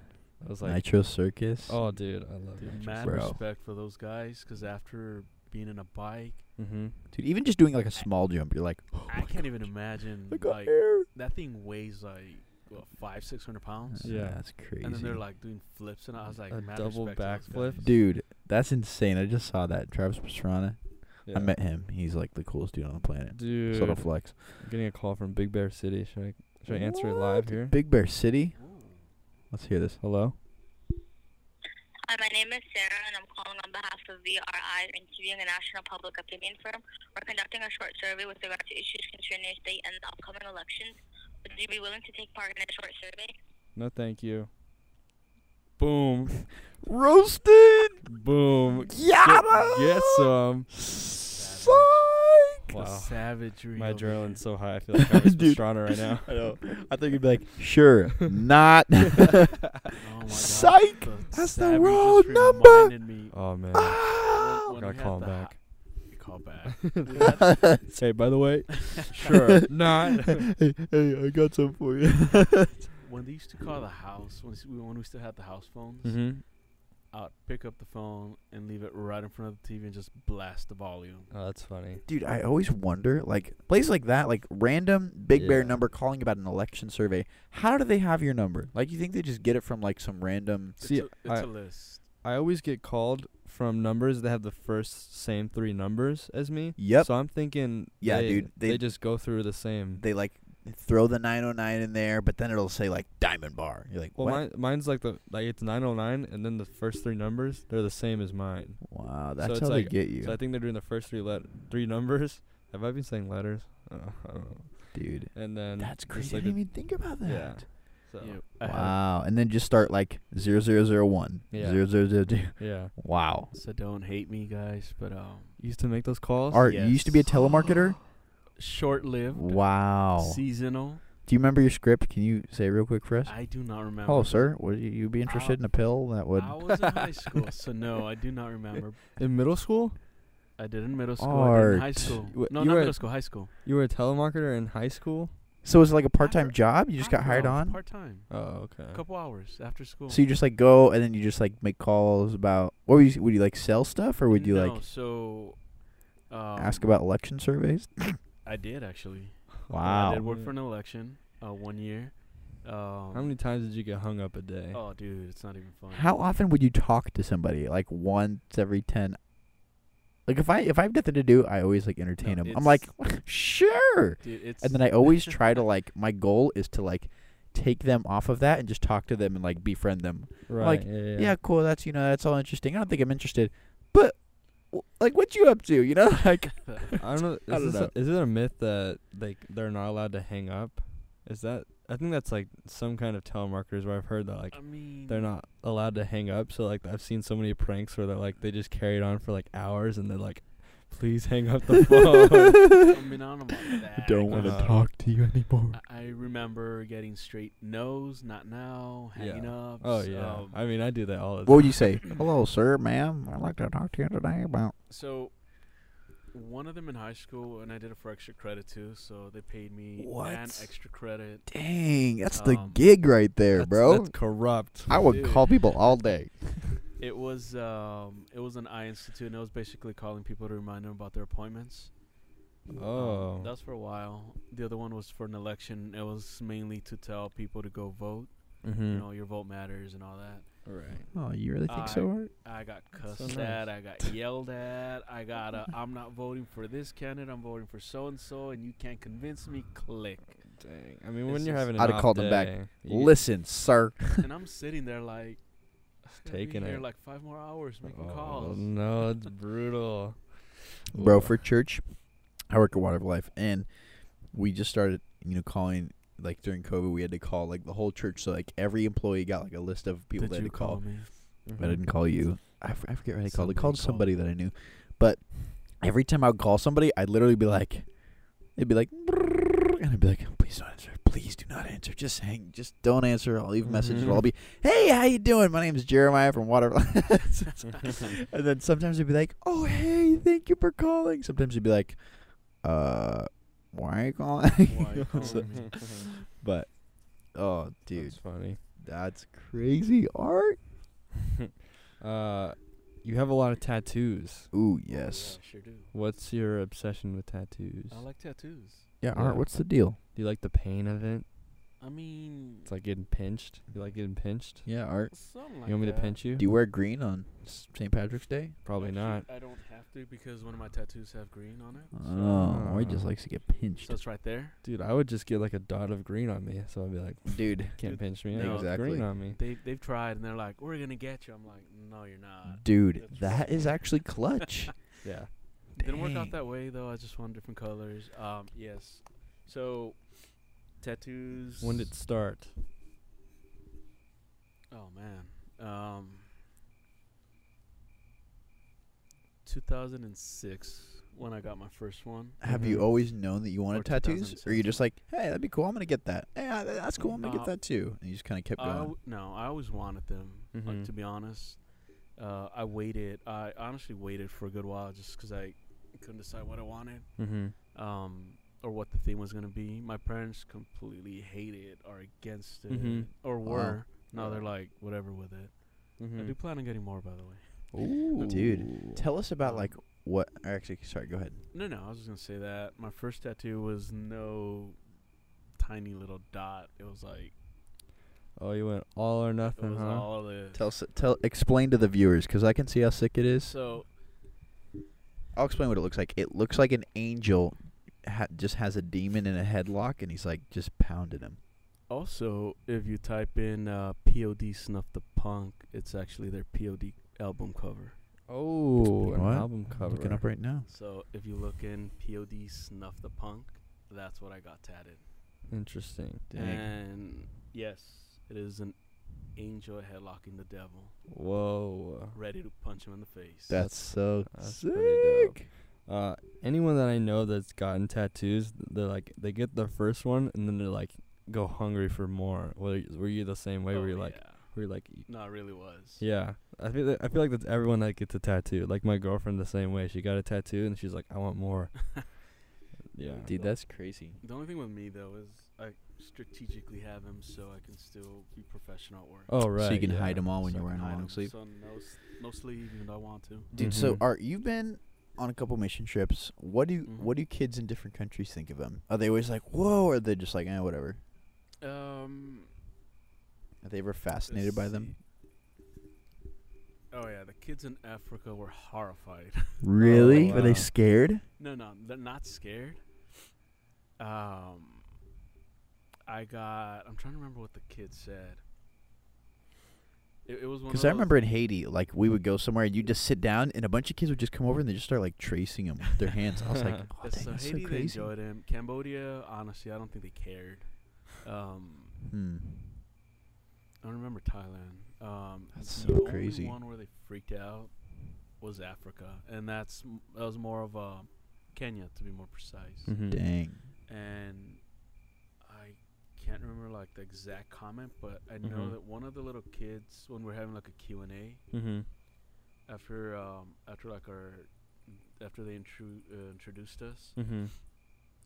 I was like, Nitro Circus. oh, dude, I love Dude, it. mad Bro. respect for those guys because after being in a bike, Mm-hmm. Dude, even just doing like a small jump, you're like, oh I can't even imagine Look like air. that thing weighs like what, five, six hundred pounds, Yeah. that's crazy. and then they're like doing flips, and I was like, A mad double respect to those backflip? guys. dude, that's insane. I just saw that Travis Pastrana. Yeah. I met him. He's like the coolest dude on the planet. dude. Subtle flex. Getting a call from Big Bear City. Should I should I answer it live here? Big Bear City. Ooh. Let's hear this. Hello. Hi, my name is Sarah, and I'm calling on behalf of VRI interviewing a national public opinion firm. We're conducting a short survey with regard to issues concerning your state and the upcoming elections. Would you be willing to take part in a short survey? No, thank you. Boom, Roasted. boom. Get, Yada. get some. Psych. The Wow. savagery. My over there. adrenaline's so high. I feel like Travis Dude. Pastrana right now. I know. I thought you'd be like, sure, not. Oh my God, Psych! the That's the savage just wrong number! reminded me Oh man, Ah. when gotta we had call him the back. hi- call back. We had- Hey, by the way, sure, not. hey, hey, I got some for you. when they used to call the house, when s- when we still had the house phones, Mm-hmm. I'd pick up the phone and leave it right in front of the TV and just blast the volume. Oh, that's funny. Dude, I always wonder, like places like that, like random Big Bear Yeah. number calling about an election survey. How do they have your number? Like, you think they just get it from like some random? It's See, a- it's I- a list. I always get called from numbers that have the first same three numbers as me. Yep. So I'm thinking, Yeah, they, dude, they, they- just go through the same. They like throw the 909 in there, but then it'll say like Diamond Bar. You're like, well, what? mine, mine's like the like it's 909, and then the first three numbers they're the same as mine. Wow, So that's it's how they like- get you, So I think they're doing the first three let three numbers. Have I been saying letters? Uh, I don't know. dude. And then That's just crazy. I Like didn't a- even think about that. yeah. so, Yeah, I had- Wow, and then just start like zero zero zero one, Yeah. zero zero zero two. yeah. Wow, So don't hate me, guys, but um, Used to make those calls. Art, you used to be a yes. telemarketer. short-lived, wow. seasonal. Do you remember your script? Can you say it real quick for us? I do not remember. Hello, but Oh, sir. Would you- you be interested in a pill that would? I was in high school, so no, I do not remember. in middle school. I did in middle school. I did in high Art. school. You- No, you not were- middle school. High school. You were a telemarketer in high school. So is it like a part-time job? You just got hired on. part time, Oh, okay. a couple hours after school. So you just like go and then you just like make calls about what would you would you like sell stuff or would you no, like So, um, ask about election surveys? I did actually. I Wow. did work for an election, uh, one year. Um, Mm. How many times did you get hung up a day? Oh, dude, it's not even funny. How often would you talk to somebody? Like once every ten. Like if I if I have nothing to do, I always like entertain No, them. I'm like, it's- sure. Dude, it's And then I always try to like my goal is to like take them off of that and just talk to them and like befriend them. Right. like, yeah, yeah. yeah, cool. That's you know, that's all interesting. I don't think I'm interested, but w- like, what you up to? You know, like I don't know. Is, I don't this know. A, is it a myth that like they're not allowed to hang up? Is that? I think that's like some kind of telemarketers where I've heard that like I mean, they're not allowed to hang up. So like I've seen so many pranks where they're like they just carry it on for like hours and they're like, please hang up the phone. I mean, I don't know about that. wanna but Uh, talk to you anymore. I- I remember getting straight no's, not now, hanging up. oh yeah. Um, I mean I do that all the What time. would you say? Hello, sir, ma'am. I'd like to talk to you today about. so, one of them in high school, and I did it for extra credit too. So they paid me What? and extra credit. Dang, that's the Um, gig right there, That's- bro. That's corrupt. I would Dude. call people all day. It was um, it was an eye institute, and it was basically calling people to remind them about their appointments. Um, Oh. that was for a while. The other one was for an election. It was mainly to tell people to go vote. Mm-hmm. You know, your vote matters and all that. right. Oh, you really think think so, so, Art? I got cussed so nice. at. I got yelled at. I got. Uh, I'm not voting for this candidate. I'm voting for so and so, and you can't convince me. Click. Dang. I mean, It's when you're just- having an I'da off called him back. day, you get- Listen, sir. and I'm sitting there like. taking taking here it. like five more hours making Oh, calls. no, it's brutal. bro for church i work at water of life and we just started you know calling like during covid we had to call like the whole church so like every employee got like a list of people Did they you had to call, me? Mm-hmm. i didn't call you i, f- I forget what i called i Somebody called called. somebody that i knew but every time i would call somebody i'd literally be like it'd be like and i'd be like please don't answer please do not answer just hang just don't answer i'll leave messages Mm-hmm. Mhm. i'll be hey how you doing my name's jeremiah from water of life and then sometimes they'd be like, "Oh, hey, thank you for calling." Sometimes they'd be like, "Uh, why are you calling?" Why are you calling So- me? but oh, dude, It's funny. that's crazy art. uh, you have a lot of tattoos. Ooh, Oh, yeah, yes. I sure do. What's your obsession with tattoos? I like tattoos. Yeah, Yeah. Art, what's the deal? Do you like the pain of it? I mean, It's like getting pinched. You like getting pinched? Yeah, Art. something like You want me that. to pinch you? Do you wear green on S- St. Patrick's Day? Probably Actually, not. I don't have to because one of my tattoos have green on it. Oh, Art just Uh, likes to get pinched. So it's right there. Dude, I would just get like a dot of green on me, so I'd be like, Dude, can't Dude, pinch me. no. I got green Exactly. on me. They they've tried and they're like, we're gonna get you. I'm like, no, you're not. dude, That's that right. is actually clutch. Yeah. Didn't work Dang. out that way though. I just wanted different colors. Um, yes. So, tattoos. When did it start? Oh man. Um. 2006 when I got my first one. Have you Mhm. always known that you wanted Or tattoos, or you 2006. just like, hey, that'd be cool. I'm gonna get that. Hey, I- that's cool. I'm gonna Uh, get that too. And you just kind of kept I going. w- no, I always wanted them. Mhm. Like to be honest, uh, I waited. I honestly waited for a good while just because I couldn't decide what I wanted Mm-hmm. um, or what the theme was gonna be. My parents completely hated or against it Mhm. Mm-hmm. Wow. or Hmm. were. Now they're Yeah. like whatever with it. I Mm-hmm. do plan on getting more, by the way. Ooh. Dude, tell us about Um, like what. or Actually, sorry. Go ahead. No, no, I was just gonna say that my first tattoo was no tiny little dot. It was like Oh, you went all or it nothing, was huh? Uh-huh. all the. Tell us. Tell. Explain to the viewers because I can see how sick it is. So I'll explain what it looks like. It looks like an angel, ha- just has a demon in a headlock, and he's like just pounding him. Also, if you type in uh, POD Snuff the Punk, it's actually their POD album cover. Oh, an What? album cover. Looking up right now. So if you look in POD Snuff the Punk, that's what I got tatted. Interesting. Dang. And yes, it is an angel headlocking the devil, Whoa. ready to punch him in the face. That's so That's pretty dope. sick. Uh, anyone that I know that's gotten tattoos, they're like they get the first one and then they're like go hungry for more. Were you, were you the same way? Oh, where you like, yeah. were you like, no, it really was. yeah. I feel like, I feel like that's everyone that gets a tattoo. Like my girlfriend the same way. She got a tattoo and she's like, I want more. yeah. Dude, that's crazy. The only thing with me though is I strategically have him so I can still be professional at work. Oh right. so you can yeah. hide them all when So you're I wearing can a hide long 'em, sleeve. So no, s- no sleeve, even though I want to. Dude, so Mhm. Art, you've been on a couple mission trips. What do Mhm. what do kids in different countries think of them? Are they always like, "Whoa," or are they just like, "Eh, whatever"? Um, Are they ever fascinated by them? Oh yeah, the kids in Africa were horrified. Really? Oh, Are they wow. scared? no, no, they're not scared. Um, I got. I'm trying to remember what the kid said. It, it was one. Because of I those- remember in Haiti, like we would go somewhere and you just sit down, and a bunch of kids would just come over and they just start like tracing them with their hands. I was like, oh, Yeah, dang, so that's so Haiti, they crazy. enjoyed him. Cambodia, honestly, I don't think they cared. Um, Hmm. I don't remember Thailand. Um, That's the so only crazy. one where they freaked out was Africa, and that's m- that was more of a Kenya to be more Mm-hmm. precise. Mhm. Dang. and I can't remember like the exact comment, but I know Mm-hmm. Mhm. that one of the little kids when we're having like a Q and A Mhm. after um after like our after they intru- uh, introduced us, Mhm.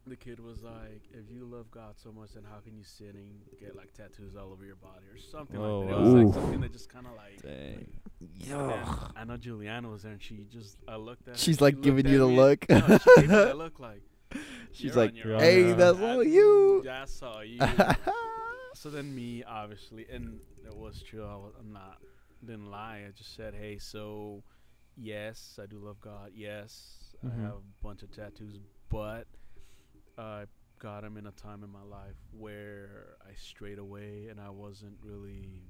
the kid was like, "If you love God so much, then how can you sin and get like tattoos all over your body or something Oh, like that?" It was like wow. something that just kind of like. Dang. And I know Juliana was there, and she just I looked at. her, She's she like giving looked you at the me- look. No, she gave me that look like. She's "You're on like, your "Hey, own." that's I- all you." I saw you. so then me obviously, and it was true. I was, I'm not didn't lie. I just said, hey, so yes, I do love God. Yes, Mhm. I have a bunch of tattoos, but I got him in a time in my life where I strayed away and I wasn't really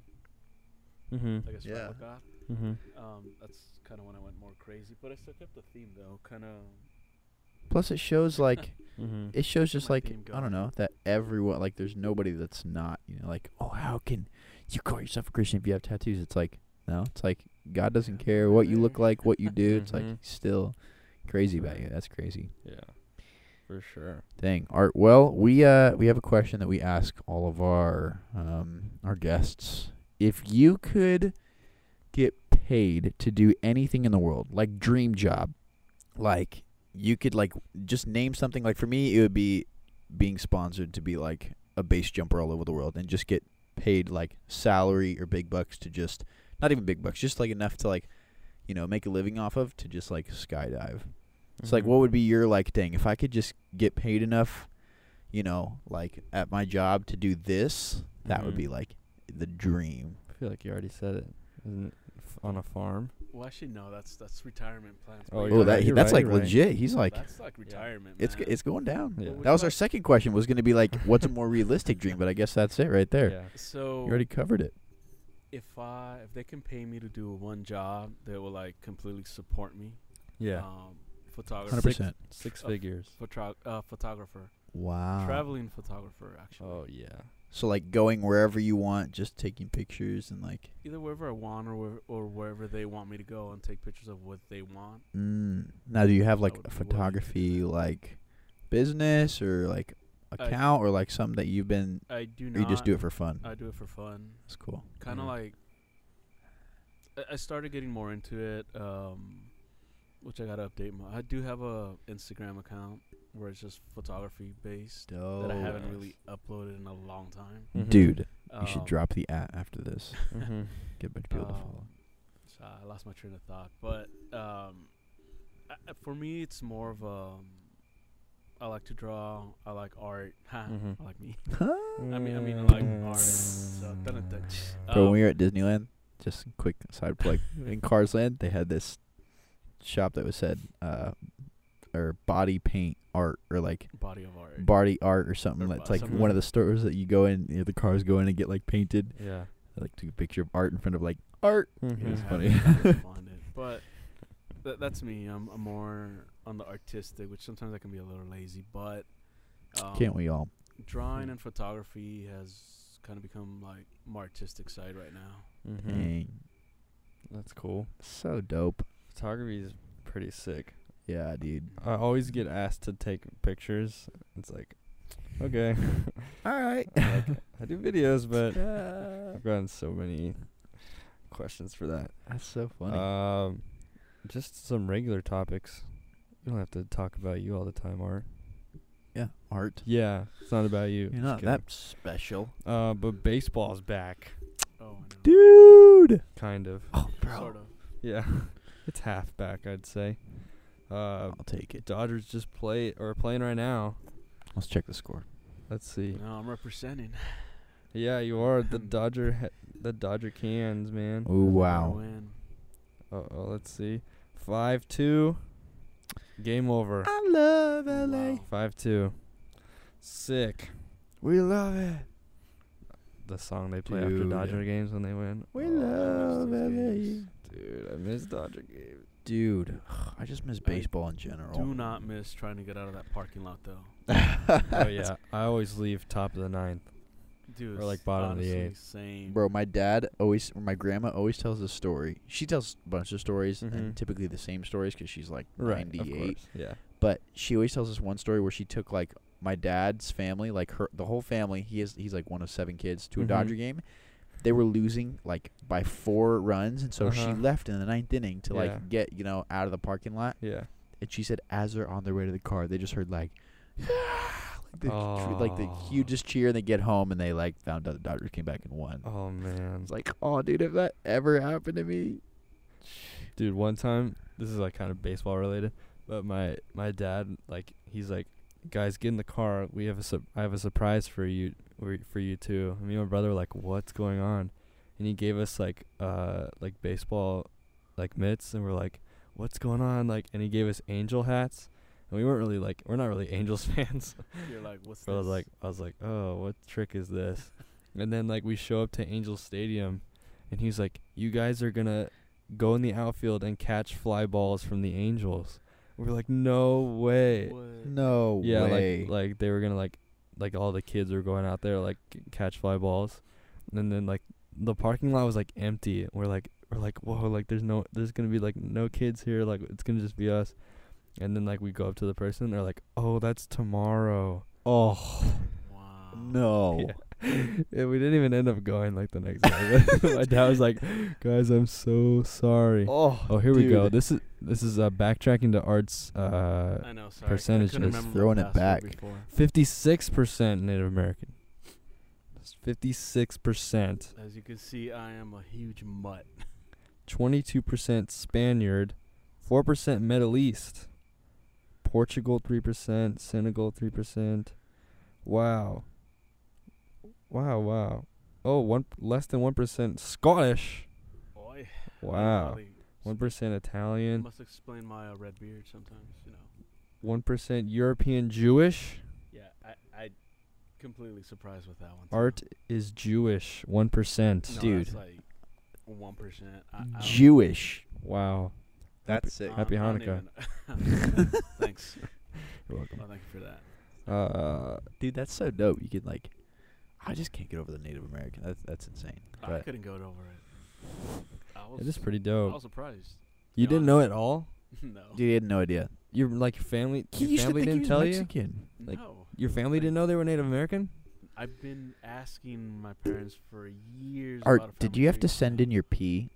Mm-hmm. like I straight Yeah. with God. Mm-hmm. Um, that's kind of when I went more crazy, but I still kept the theme though. Kind of Plus, it shows like Mm-hmm. it shows just my like theme I don't going. know that everyone like there's nobody that's not you know like oh how can you call yourself a Christian if you have tattoos? It's like no, it's like God doesn't care what you look like, what you do. It's like Mhm. he's still crazy about you. That's crazy. Yeah, for sure. Dang, Art. Well, we uh we have a question that we ask all of our um our guests. If you could get paid to do anything in the world, like dream job, like you could like just name something. Like for me, it would be being sponsored to be like a base jumper all over the world and just get paid like salary or big bucks to just not even big bucks, just like enough to like you know make a living off of to just like skydive. It's Mm-hmm. like, what would be your like thing? If I could just get paid enough, you know, like at my job to do this, that would Mhm. be like the dream. I feel like you already said it. Isn't it f- on a farm? well, actually no, that's that's retirement plans. Oh, but you're oh, yeah, that right, you're that's right, like you're right. legit. He's like, that's like retirement. it's man. it's going down. Yeah. What would That was you our like- second question. Was going to be like, what's a more realistic dream? But I guess that's it right there. So You already covered it. if I if they can pay me to do one job that will like completely support me. Yeah. Um, photographer. Hundred percent. Six uh, figures. Photog- uh, photographer. Wow. Traveling photographer actually. Oh yeah. So like going wherever you want, just taking pictures and like, Either wherever I want or where, or wherever they want me to go and take pictures of what they want. mm. now do you have like would a be what I would do photography like business or like Uh, I- account or like something that you've been I do Or not. you just do it Mm-hmm. for fun. I do it for fun. That's cool. Kind of Mhm. like. I- I started getting more into it, um, which I gotta update. My, I do have a Instagram account where it's just photography based that Oh, I haven't nice. really uploaded in a long time. Dude, Um, you should drop the at after this. Mm-hmm. Get a bunch of people to Um, follow. So I lost my train of thought, but um, I, I- for me, it's more of a. I like to draw. I like art. Ha, Mhm. Mm-hmm. I like me. I mean, I mean, I like Mm. Mm-hmm. art. So, dun, dun, dun. Bro, when Um, we were at Disneyland, just a quick side plug. in Cars Land, they had this shop that was said, uh, or body paint art, or like body of art. body art or something. Or That's bo- like something one of like- the stores that you go in, you know, the cars go in and get like painted. Yeah. I like took a picture of art in front of like art. Yeah, It's I funny. haven't been able to find it, But tha- that's me. I'm, I'm more on the artistic, which sometimes I can be a little lazy, but um, Can't we all? Drawing and photography has kind of become like my artistic side right now. Mm-hmm. Dang. That's cool. So dope. Photography is pretty sick. Yeah, dude. I always get asked to take pictures. It's like, okay, All right. Like, I do videos, but Yeah. I've gotten so many questions for that. That's so funny. Um, just some regular topics. You don't have to talk about you all the time, Art. yeah, art. Yeah, it's not about You're you. Just not kidding. that special, Uh, but baseball's back, Oh, I know. dude. kind of. Oh, bro, Sort of. Yeah, it's half back, I'd say. Uh, I'll take it. Dodgers just play or are playing right now. Let's check the score. Let's see. No, I'm representing. Yeah, you are the Dodger, he- the Dodger cans, man. Oh Gotta wow, win. Uh oh, let's see. Five two, game over. I love Wow. Five two, sick. We love it. The song they play after Dude. Dodger games when they win. We Oh, love I miss those LA. games. Dude, I miss Dodger games. Dude, I just miss baseball in general. Do not miss trying to get out of that parking lot, though. oh yeah, I always leave top of the ninth. Dude, Or, like, it's bottom of the honestly eighth. Same. Bro, my dad always, or my grandma always tells a story. She tells a bunch of stories, Mhm. and typically the same stories because she's like Right, of 98. course. Yeah. but she always tells us one story where she took like my dad's family, like her the whole family. He is he's like one of seven kids to a Mhm. Dodger game. They were losing like by four runs, and so she Uh-huh. left in the ninth inning to Yeah. like get you know out of the parking lot. Yeah. And she said, as they're on their way to the car, they just heard like, like the tr- like the Aw. hugest cheer, and they get home and they like found out the Dodgers came back and won. Oh man. It's like, oh dude, if that ever happened to me, Dude, one time this is like kind of baseball related, but my my dad like he's like guys, get in the car. We have a sup- I have a surprise for you or for you too. And me and my brother were like, what's going on? And he gave us like uh like baseball like mitts, and we're like, what's going on? Like, and he gave us angel hats, and we weren't really like we're not really Angels fans. You're like, what's So I was this? like, I was like, oh, what trick is this? And then like we show up to Angel Stadium, and he's like, you guys are gonna go in the outfield and catch fly balls from the Angels. We're like, no way. What? No yeah, way. like like they were gonna like like all the kids were going out there like c- catch fly balls, and then like the parking lot was like empty. We're like we're like whoa like there's no there's gonna be like no kids here like it's gonna just be us, and then like we go up to the person they're like oh that's tomorrow. oh Wow. no. Yeah. yeah, we didn't even end up going like the next day. My dad was like, "Guys, I'm so sorry." Oh, Oh, here we go. dude. This is this is uh, backtracking to arts. Uh, I know. Sorry. percentage I couldn't is remember the throwing it password back. Before. fifty-six percent Native American. Fifty-six percent, As you can see, I am a huge mutt. twenty-two percent Spaniard, four percent Middle East, Portugal three percent, Senegal three percent. Wow. Wow! Wow! Oh, one less than one percent Scottish. Boy. I'm Wow. probably- One percent Italian, Must explain my uh, red beard sometimes. You know. one percent European Jewish. Yeah, I, I completely surprised with that one. too. Art is Jewish, one No, percent. dude. That's like one percent. I, I don't- Jewish. Wow. That's sick. I- Happy I don't Hanukkah. even- Thanks. You're Oh, thank you for that. Uh, Dude, that's so dope. You could like I just can't get over the Native American. That's that's insane. I Right. couldn't go over it. I was, it is pretty I dope. was surprised. You be didn't know it all. no. Dude, he had no idea. Your like family, your family didn't tell you. like- no. Your family didn't know they were Native American. I've been asking my parents for years. about a Art, did family you have tree. to send in your pee?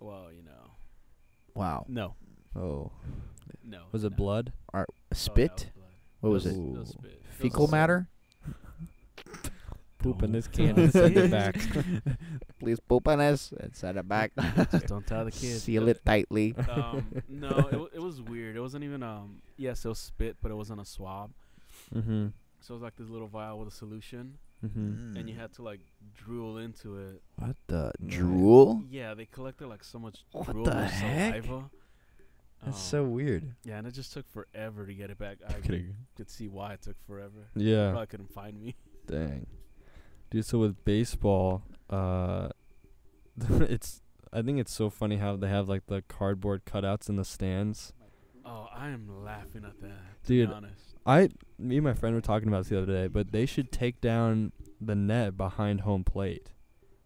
Well, you know. Wow. No. Oh, No. was it no. blood? Spit? Oh, What was was- it? Ooh. Fecal matter? Poop in Don't this can tell and send the it back. Please poop on us and send it back. Just don't tell the kids. Seal it tightly. um, no, it, w- it was weird. It wasn't even um. Yes, it was spit, but it wasn't a swab. Mm-hmm. So it was like this little vial with a solution, Mm-hmm. and Mm. you had to like drool into it. what the Nice. drool? Yeah, they collected like so much What drool the or heck? saliva. That's so Um, weird. Yeah, and it just took forever to get it back. I could see why it took forever. Yeah. Probably couldn't find me. Dang. Dude, so with baseball, uh it's I think it's so funny how they have like the cardboard cutouts in the stands. Oh, I am laughing at that. To Dude, be honest. I me and my friend were talking about this the other day, but they should take down the net behind home plate.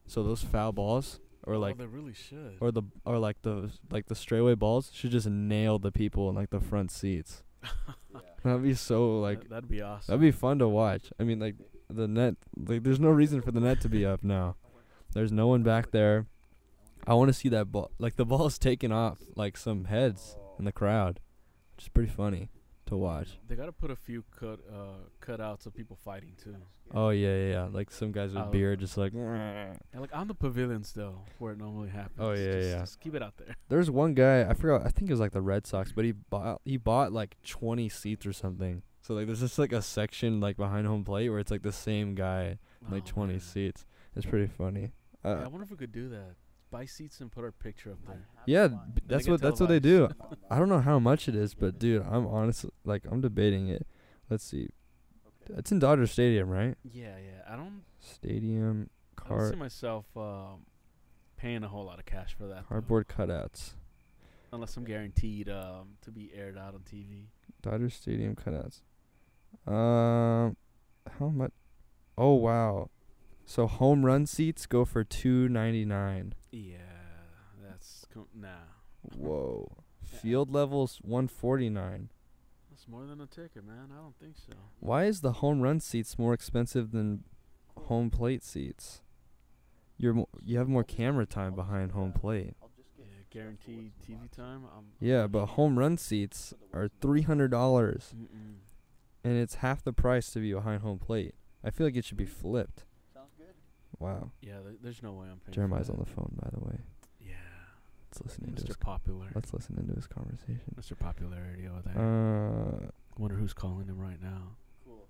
So those foul balls or like oh, they really should. or the or like those like the straightaway balls should just nail the people in like the front seats. That'd be so like That- that'd be awesome. That'd be fun to watch. I mean, like the net, like there's no reason for the net to be up now. There's no one back there. I want to see that ball. Like the ball is taken off like some heads in the crowd, which is pretty funny to watch. They gotta put a few cut uh cutouts of people fighting too. Oh yeah, yeah, yeah. Like some guys with Oh. beard, just like. And like on the pavilions though, where it normally happens. Oh, yeah, just, yeah. Just keep it out there. There's one guy I forgot. I think it was like the Red Sox, but he bought he bought like 20 seats or something. So like there's just like a section like behind home plate where it's like the same guy, like Oh, 20 man. seats. It's pretty funny. Yeah, Uh, I wonder if we could do that. Buy seats and put our picture up there. Yeah, b- that's get what that's what they do. televised. I don't know how much it is, but dude, I'm honestly like I'm debating it. Let's see. It's in Dodger Stadium, right? Yeah, yeah. I don't, Stadium I don't car see myself um, paying a whole lot of cash for that. though. cardboard cutouts. unless I'm guaranteed um, to be aired out on TV. Dodger Stadium cutouts. Um, how much? Oh wow. So home run seats go for two ninety nine. Yeah, that's com- nah. Whoa. Field levels one forty nine. That's more than a ticket, man. I don't think so. Why is the home run seats more expensive than home plate seats? You're mo- you have more camera time behind home plate. Yeah, guaranteed TV time. I'm, Yeah, but home run seats are three hundred dollars, Mm-mm. and it's half the price to be behind home plate. I feel like it should be flipped. Wow, Yeah, there, there's no way I'm paying. Jeremiah's for on that. the phone, by the way. Yeah, Let's listen into his. Mr. Popular, Let's listen into his conversation. Mr. Popularity over there. Uh, Wonder who's calling him right now. Must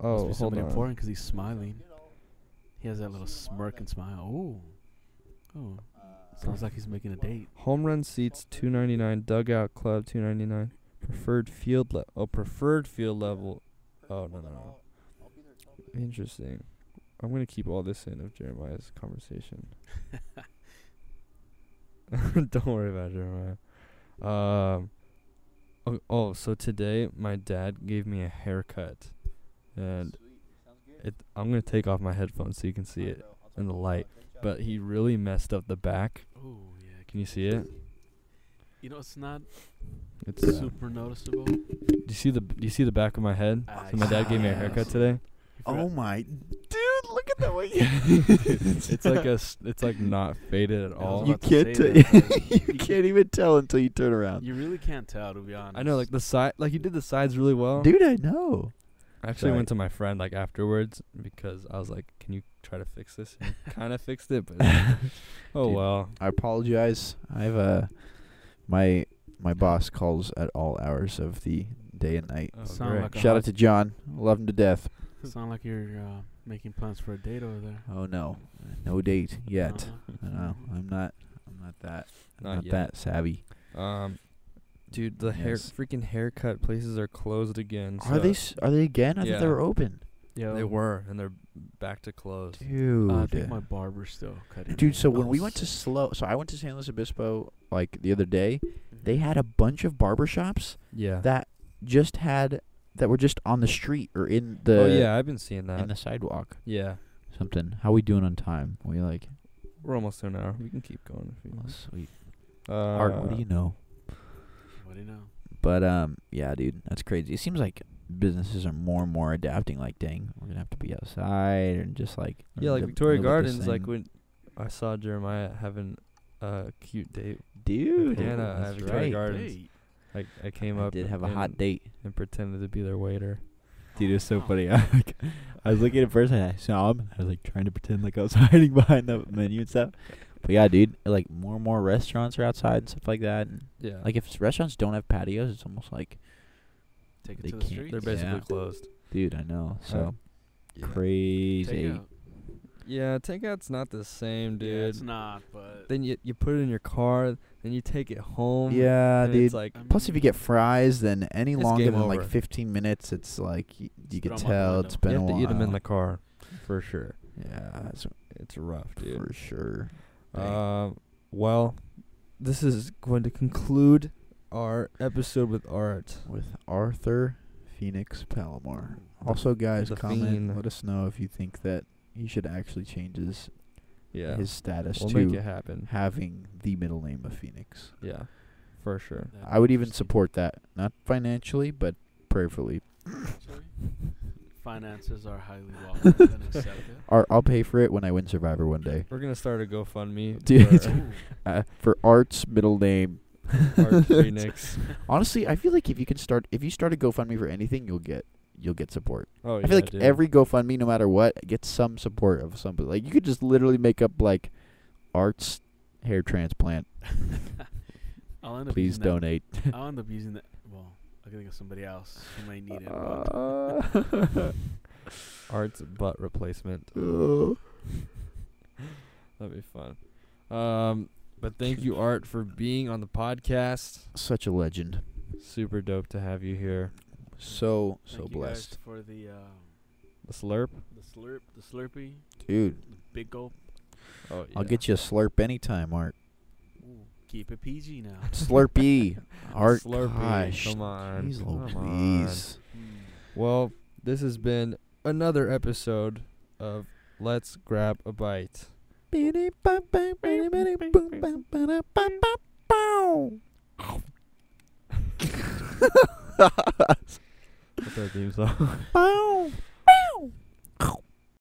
Oh, be hold somebody on. important because he's smiling. He has that little smirk and smile. Oh, oh, sounds like he's making a date. Home run seats two ninety nine. Dugout club two ninety nine. Preferred field le- oh preferred field level. Oh no no no. Interesting. I'm gonna keep all this in of Jeremiah's conversation. Don't worry about it, Jeremiah. Um. Oh, oh, so today my dad gave me a haircut, and it. I'm gonna take off my headphones so you can see it in the light. But he really messed up the back. Oh yeah. Can you see it? You know, it's not It's. uh, Do super noticeable. you see the? Do you see the back of my head? I So my dad gave me a see. haircut today. He forgot- Oh my dude, look at that way. It's like a. s- It's like not faded at I was all. You about to can't say t- that, but you can't even tell until you turn around. You really can't tell, to be honest. I know, like the side, like he did the sides really well. Dude, I know. I actually Sorry. went to my friend like afterwards because I was like, "Can you try to fix this?" kind of fixed it, but it's like, oh Dude. well. I apologize. I've uh my my boss calls at all hours of the day and night. Oh, Sound great. like a Shout hot- out to John. Love him to death. Sound like you're uh, making plans for a date over there. Oh no. No date yet. I Uh-huh. know. I'm not I'm not that I'm Not not yet. that savvy. um, dude, the hair Yes. freaking haircut places are closed again. Are they s- so are they again? I thought Yeah. they were open. Yo, They were, and they're back to closed. Dude. Uh, I think my barber's still cutting. Dude, it. so when Oh, we went to sick. Slow, so I went to San Luis Obispo like the other day. They had a bunch of barbershops Yeah. that just had that were just on the street or in the oh yeah, I've been seeing that. in uh, the sidewalk. yeah, Something. How we doing on time? We like we're almost to an hour. We can keep going if you oh, want. sweet. Uh, Art, what do you know? What do you know? But um, yeah, dude, that's crazy. It seems like businesses are more and more adapting. Like, dang, we're gonna have to be outside and just like Yeah, learn like to Victoria live with this Gardens. Like thing. when I saw Jeremiah having a cute date. dude, Hannah at that's Victoria right. Gardens. Date. Like I came I up. did have a and- hot date. and pretended to be their waiter. Dude, it was so Oh. funny. I, like, I was looking at first and I saw him. and I was like trying to pretend like I was hiding behind the menu and stuff. But yeah, dude, like more and more restaurants are outside and stuff like that. And, Yeah, like if s- restaurants don't have patios, it's almost like, Take it They to the can't- street. they're basically Yeah. closed. dude, I know. So Yeah. crazy. Yeah, takeout's not the same, dude. Yeah, it's not, but Then you you put it in your car, then you take it home. Yeah, and dude. It's like I Plus, if you mean, get fries, then any It's longer game than like over. 15 minutes, it's like y- you Just throw could 'em out the tell window. it's you been have a to while. eat them in the car, for sure. yeah, that's It's rough, dude. for sure. Uh, Um, well, this is going to conclude our episode with art. with Arthur Phoenix Palomar. Also, guys, the comment. Fiend. Let us know if you think that he should actually change his, Yeah, his status we'll make it to happen. having the middle name of Phoenix. Yeah, for sure. that'd I be would even interesting. support that, not financially, but prayerfully. Actually, Finances are highly welcome and accepted. Or I'll pay for it when I win Survivor one day. We're gonna start a GoFundMe Dude. for Ooh, Uh, for Art's middle name. Art Phoenix. Honestly, I feel like if you can start, if you start a GoFundMe for anything, you'll get you'll get support. Oh, I feel like every GoFundMe, no matter what, gets some support of somebody. Like you could just literally make up like arts hair transplant. I'll end up Please using that- donate. I'll end up using that. Well, I can think of somebody else who may need it. but Uh, Art's butt replacement. That'd be fun. Um, but thank you, Art, for being on the podcast. Such a legend. Super dope to have you here. So thank so you guys blessed, for the um, The slurp. the slurp, the slurpee, dude. the big gulp. Oh, I'll get you a slurp anytime, Art. Ooh, keep it PG now. Slurpee, Art. Slurpee. Gosh. Come on. Jeez, Come Louise. Hmm. on. Well, this has been another episode of Let's Grab a Bite. That's our theme song.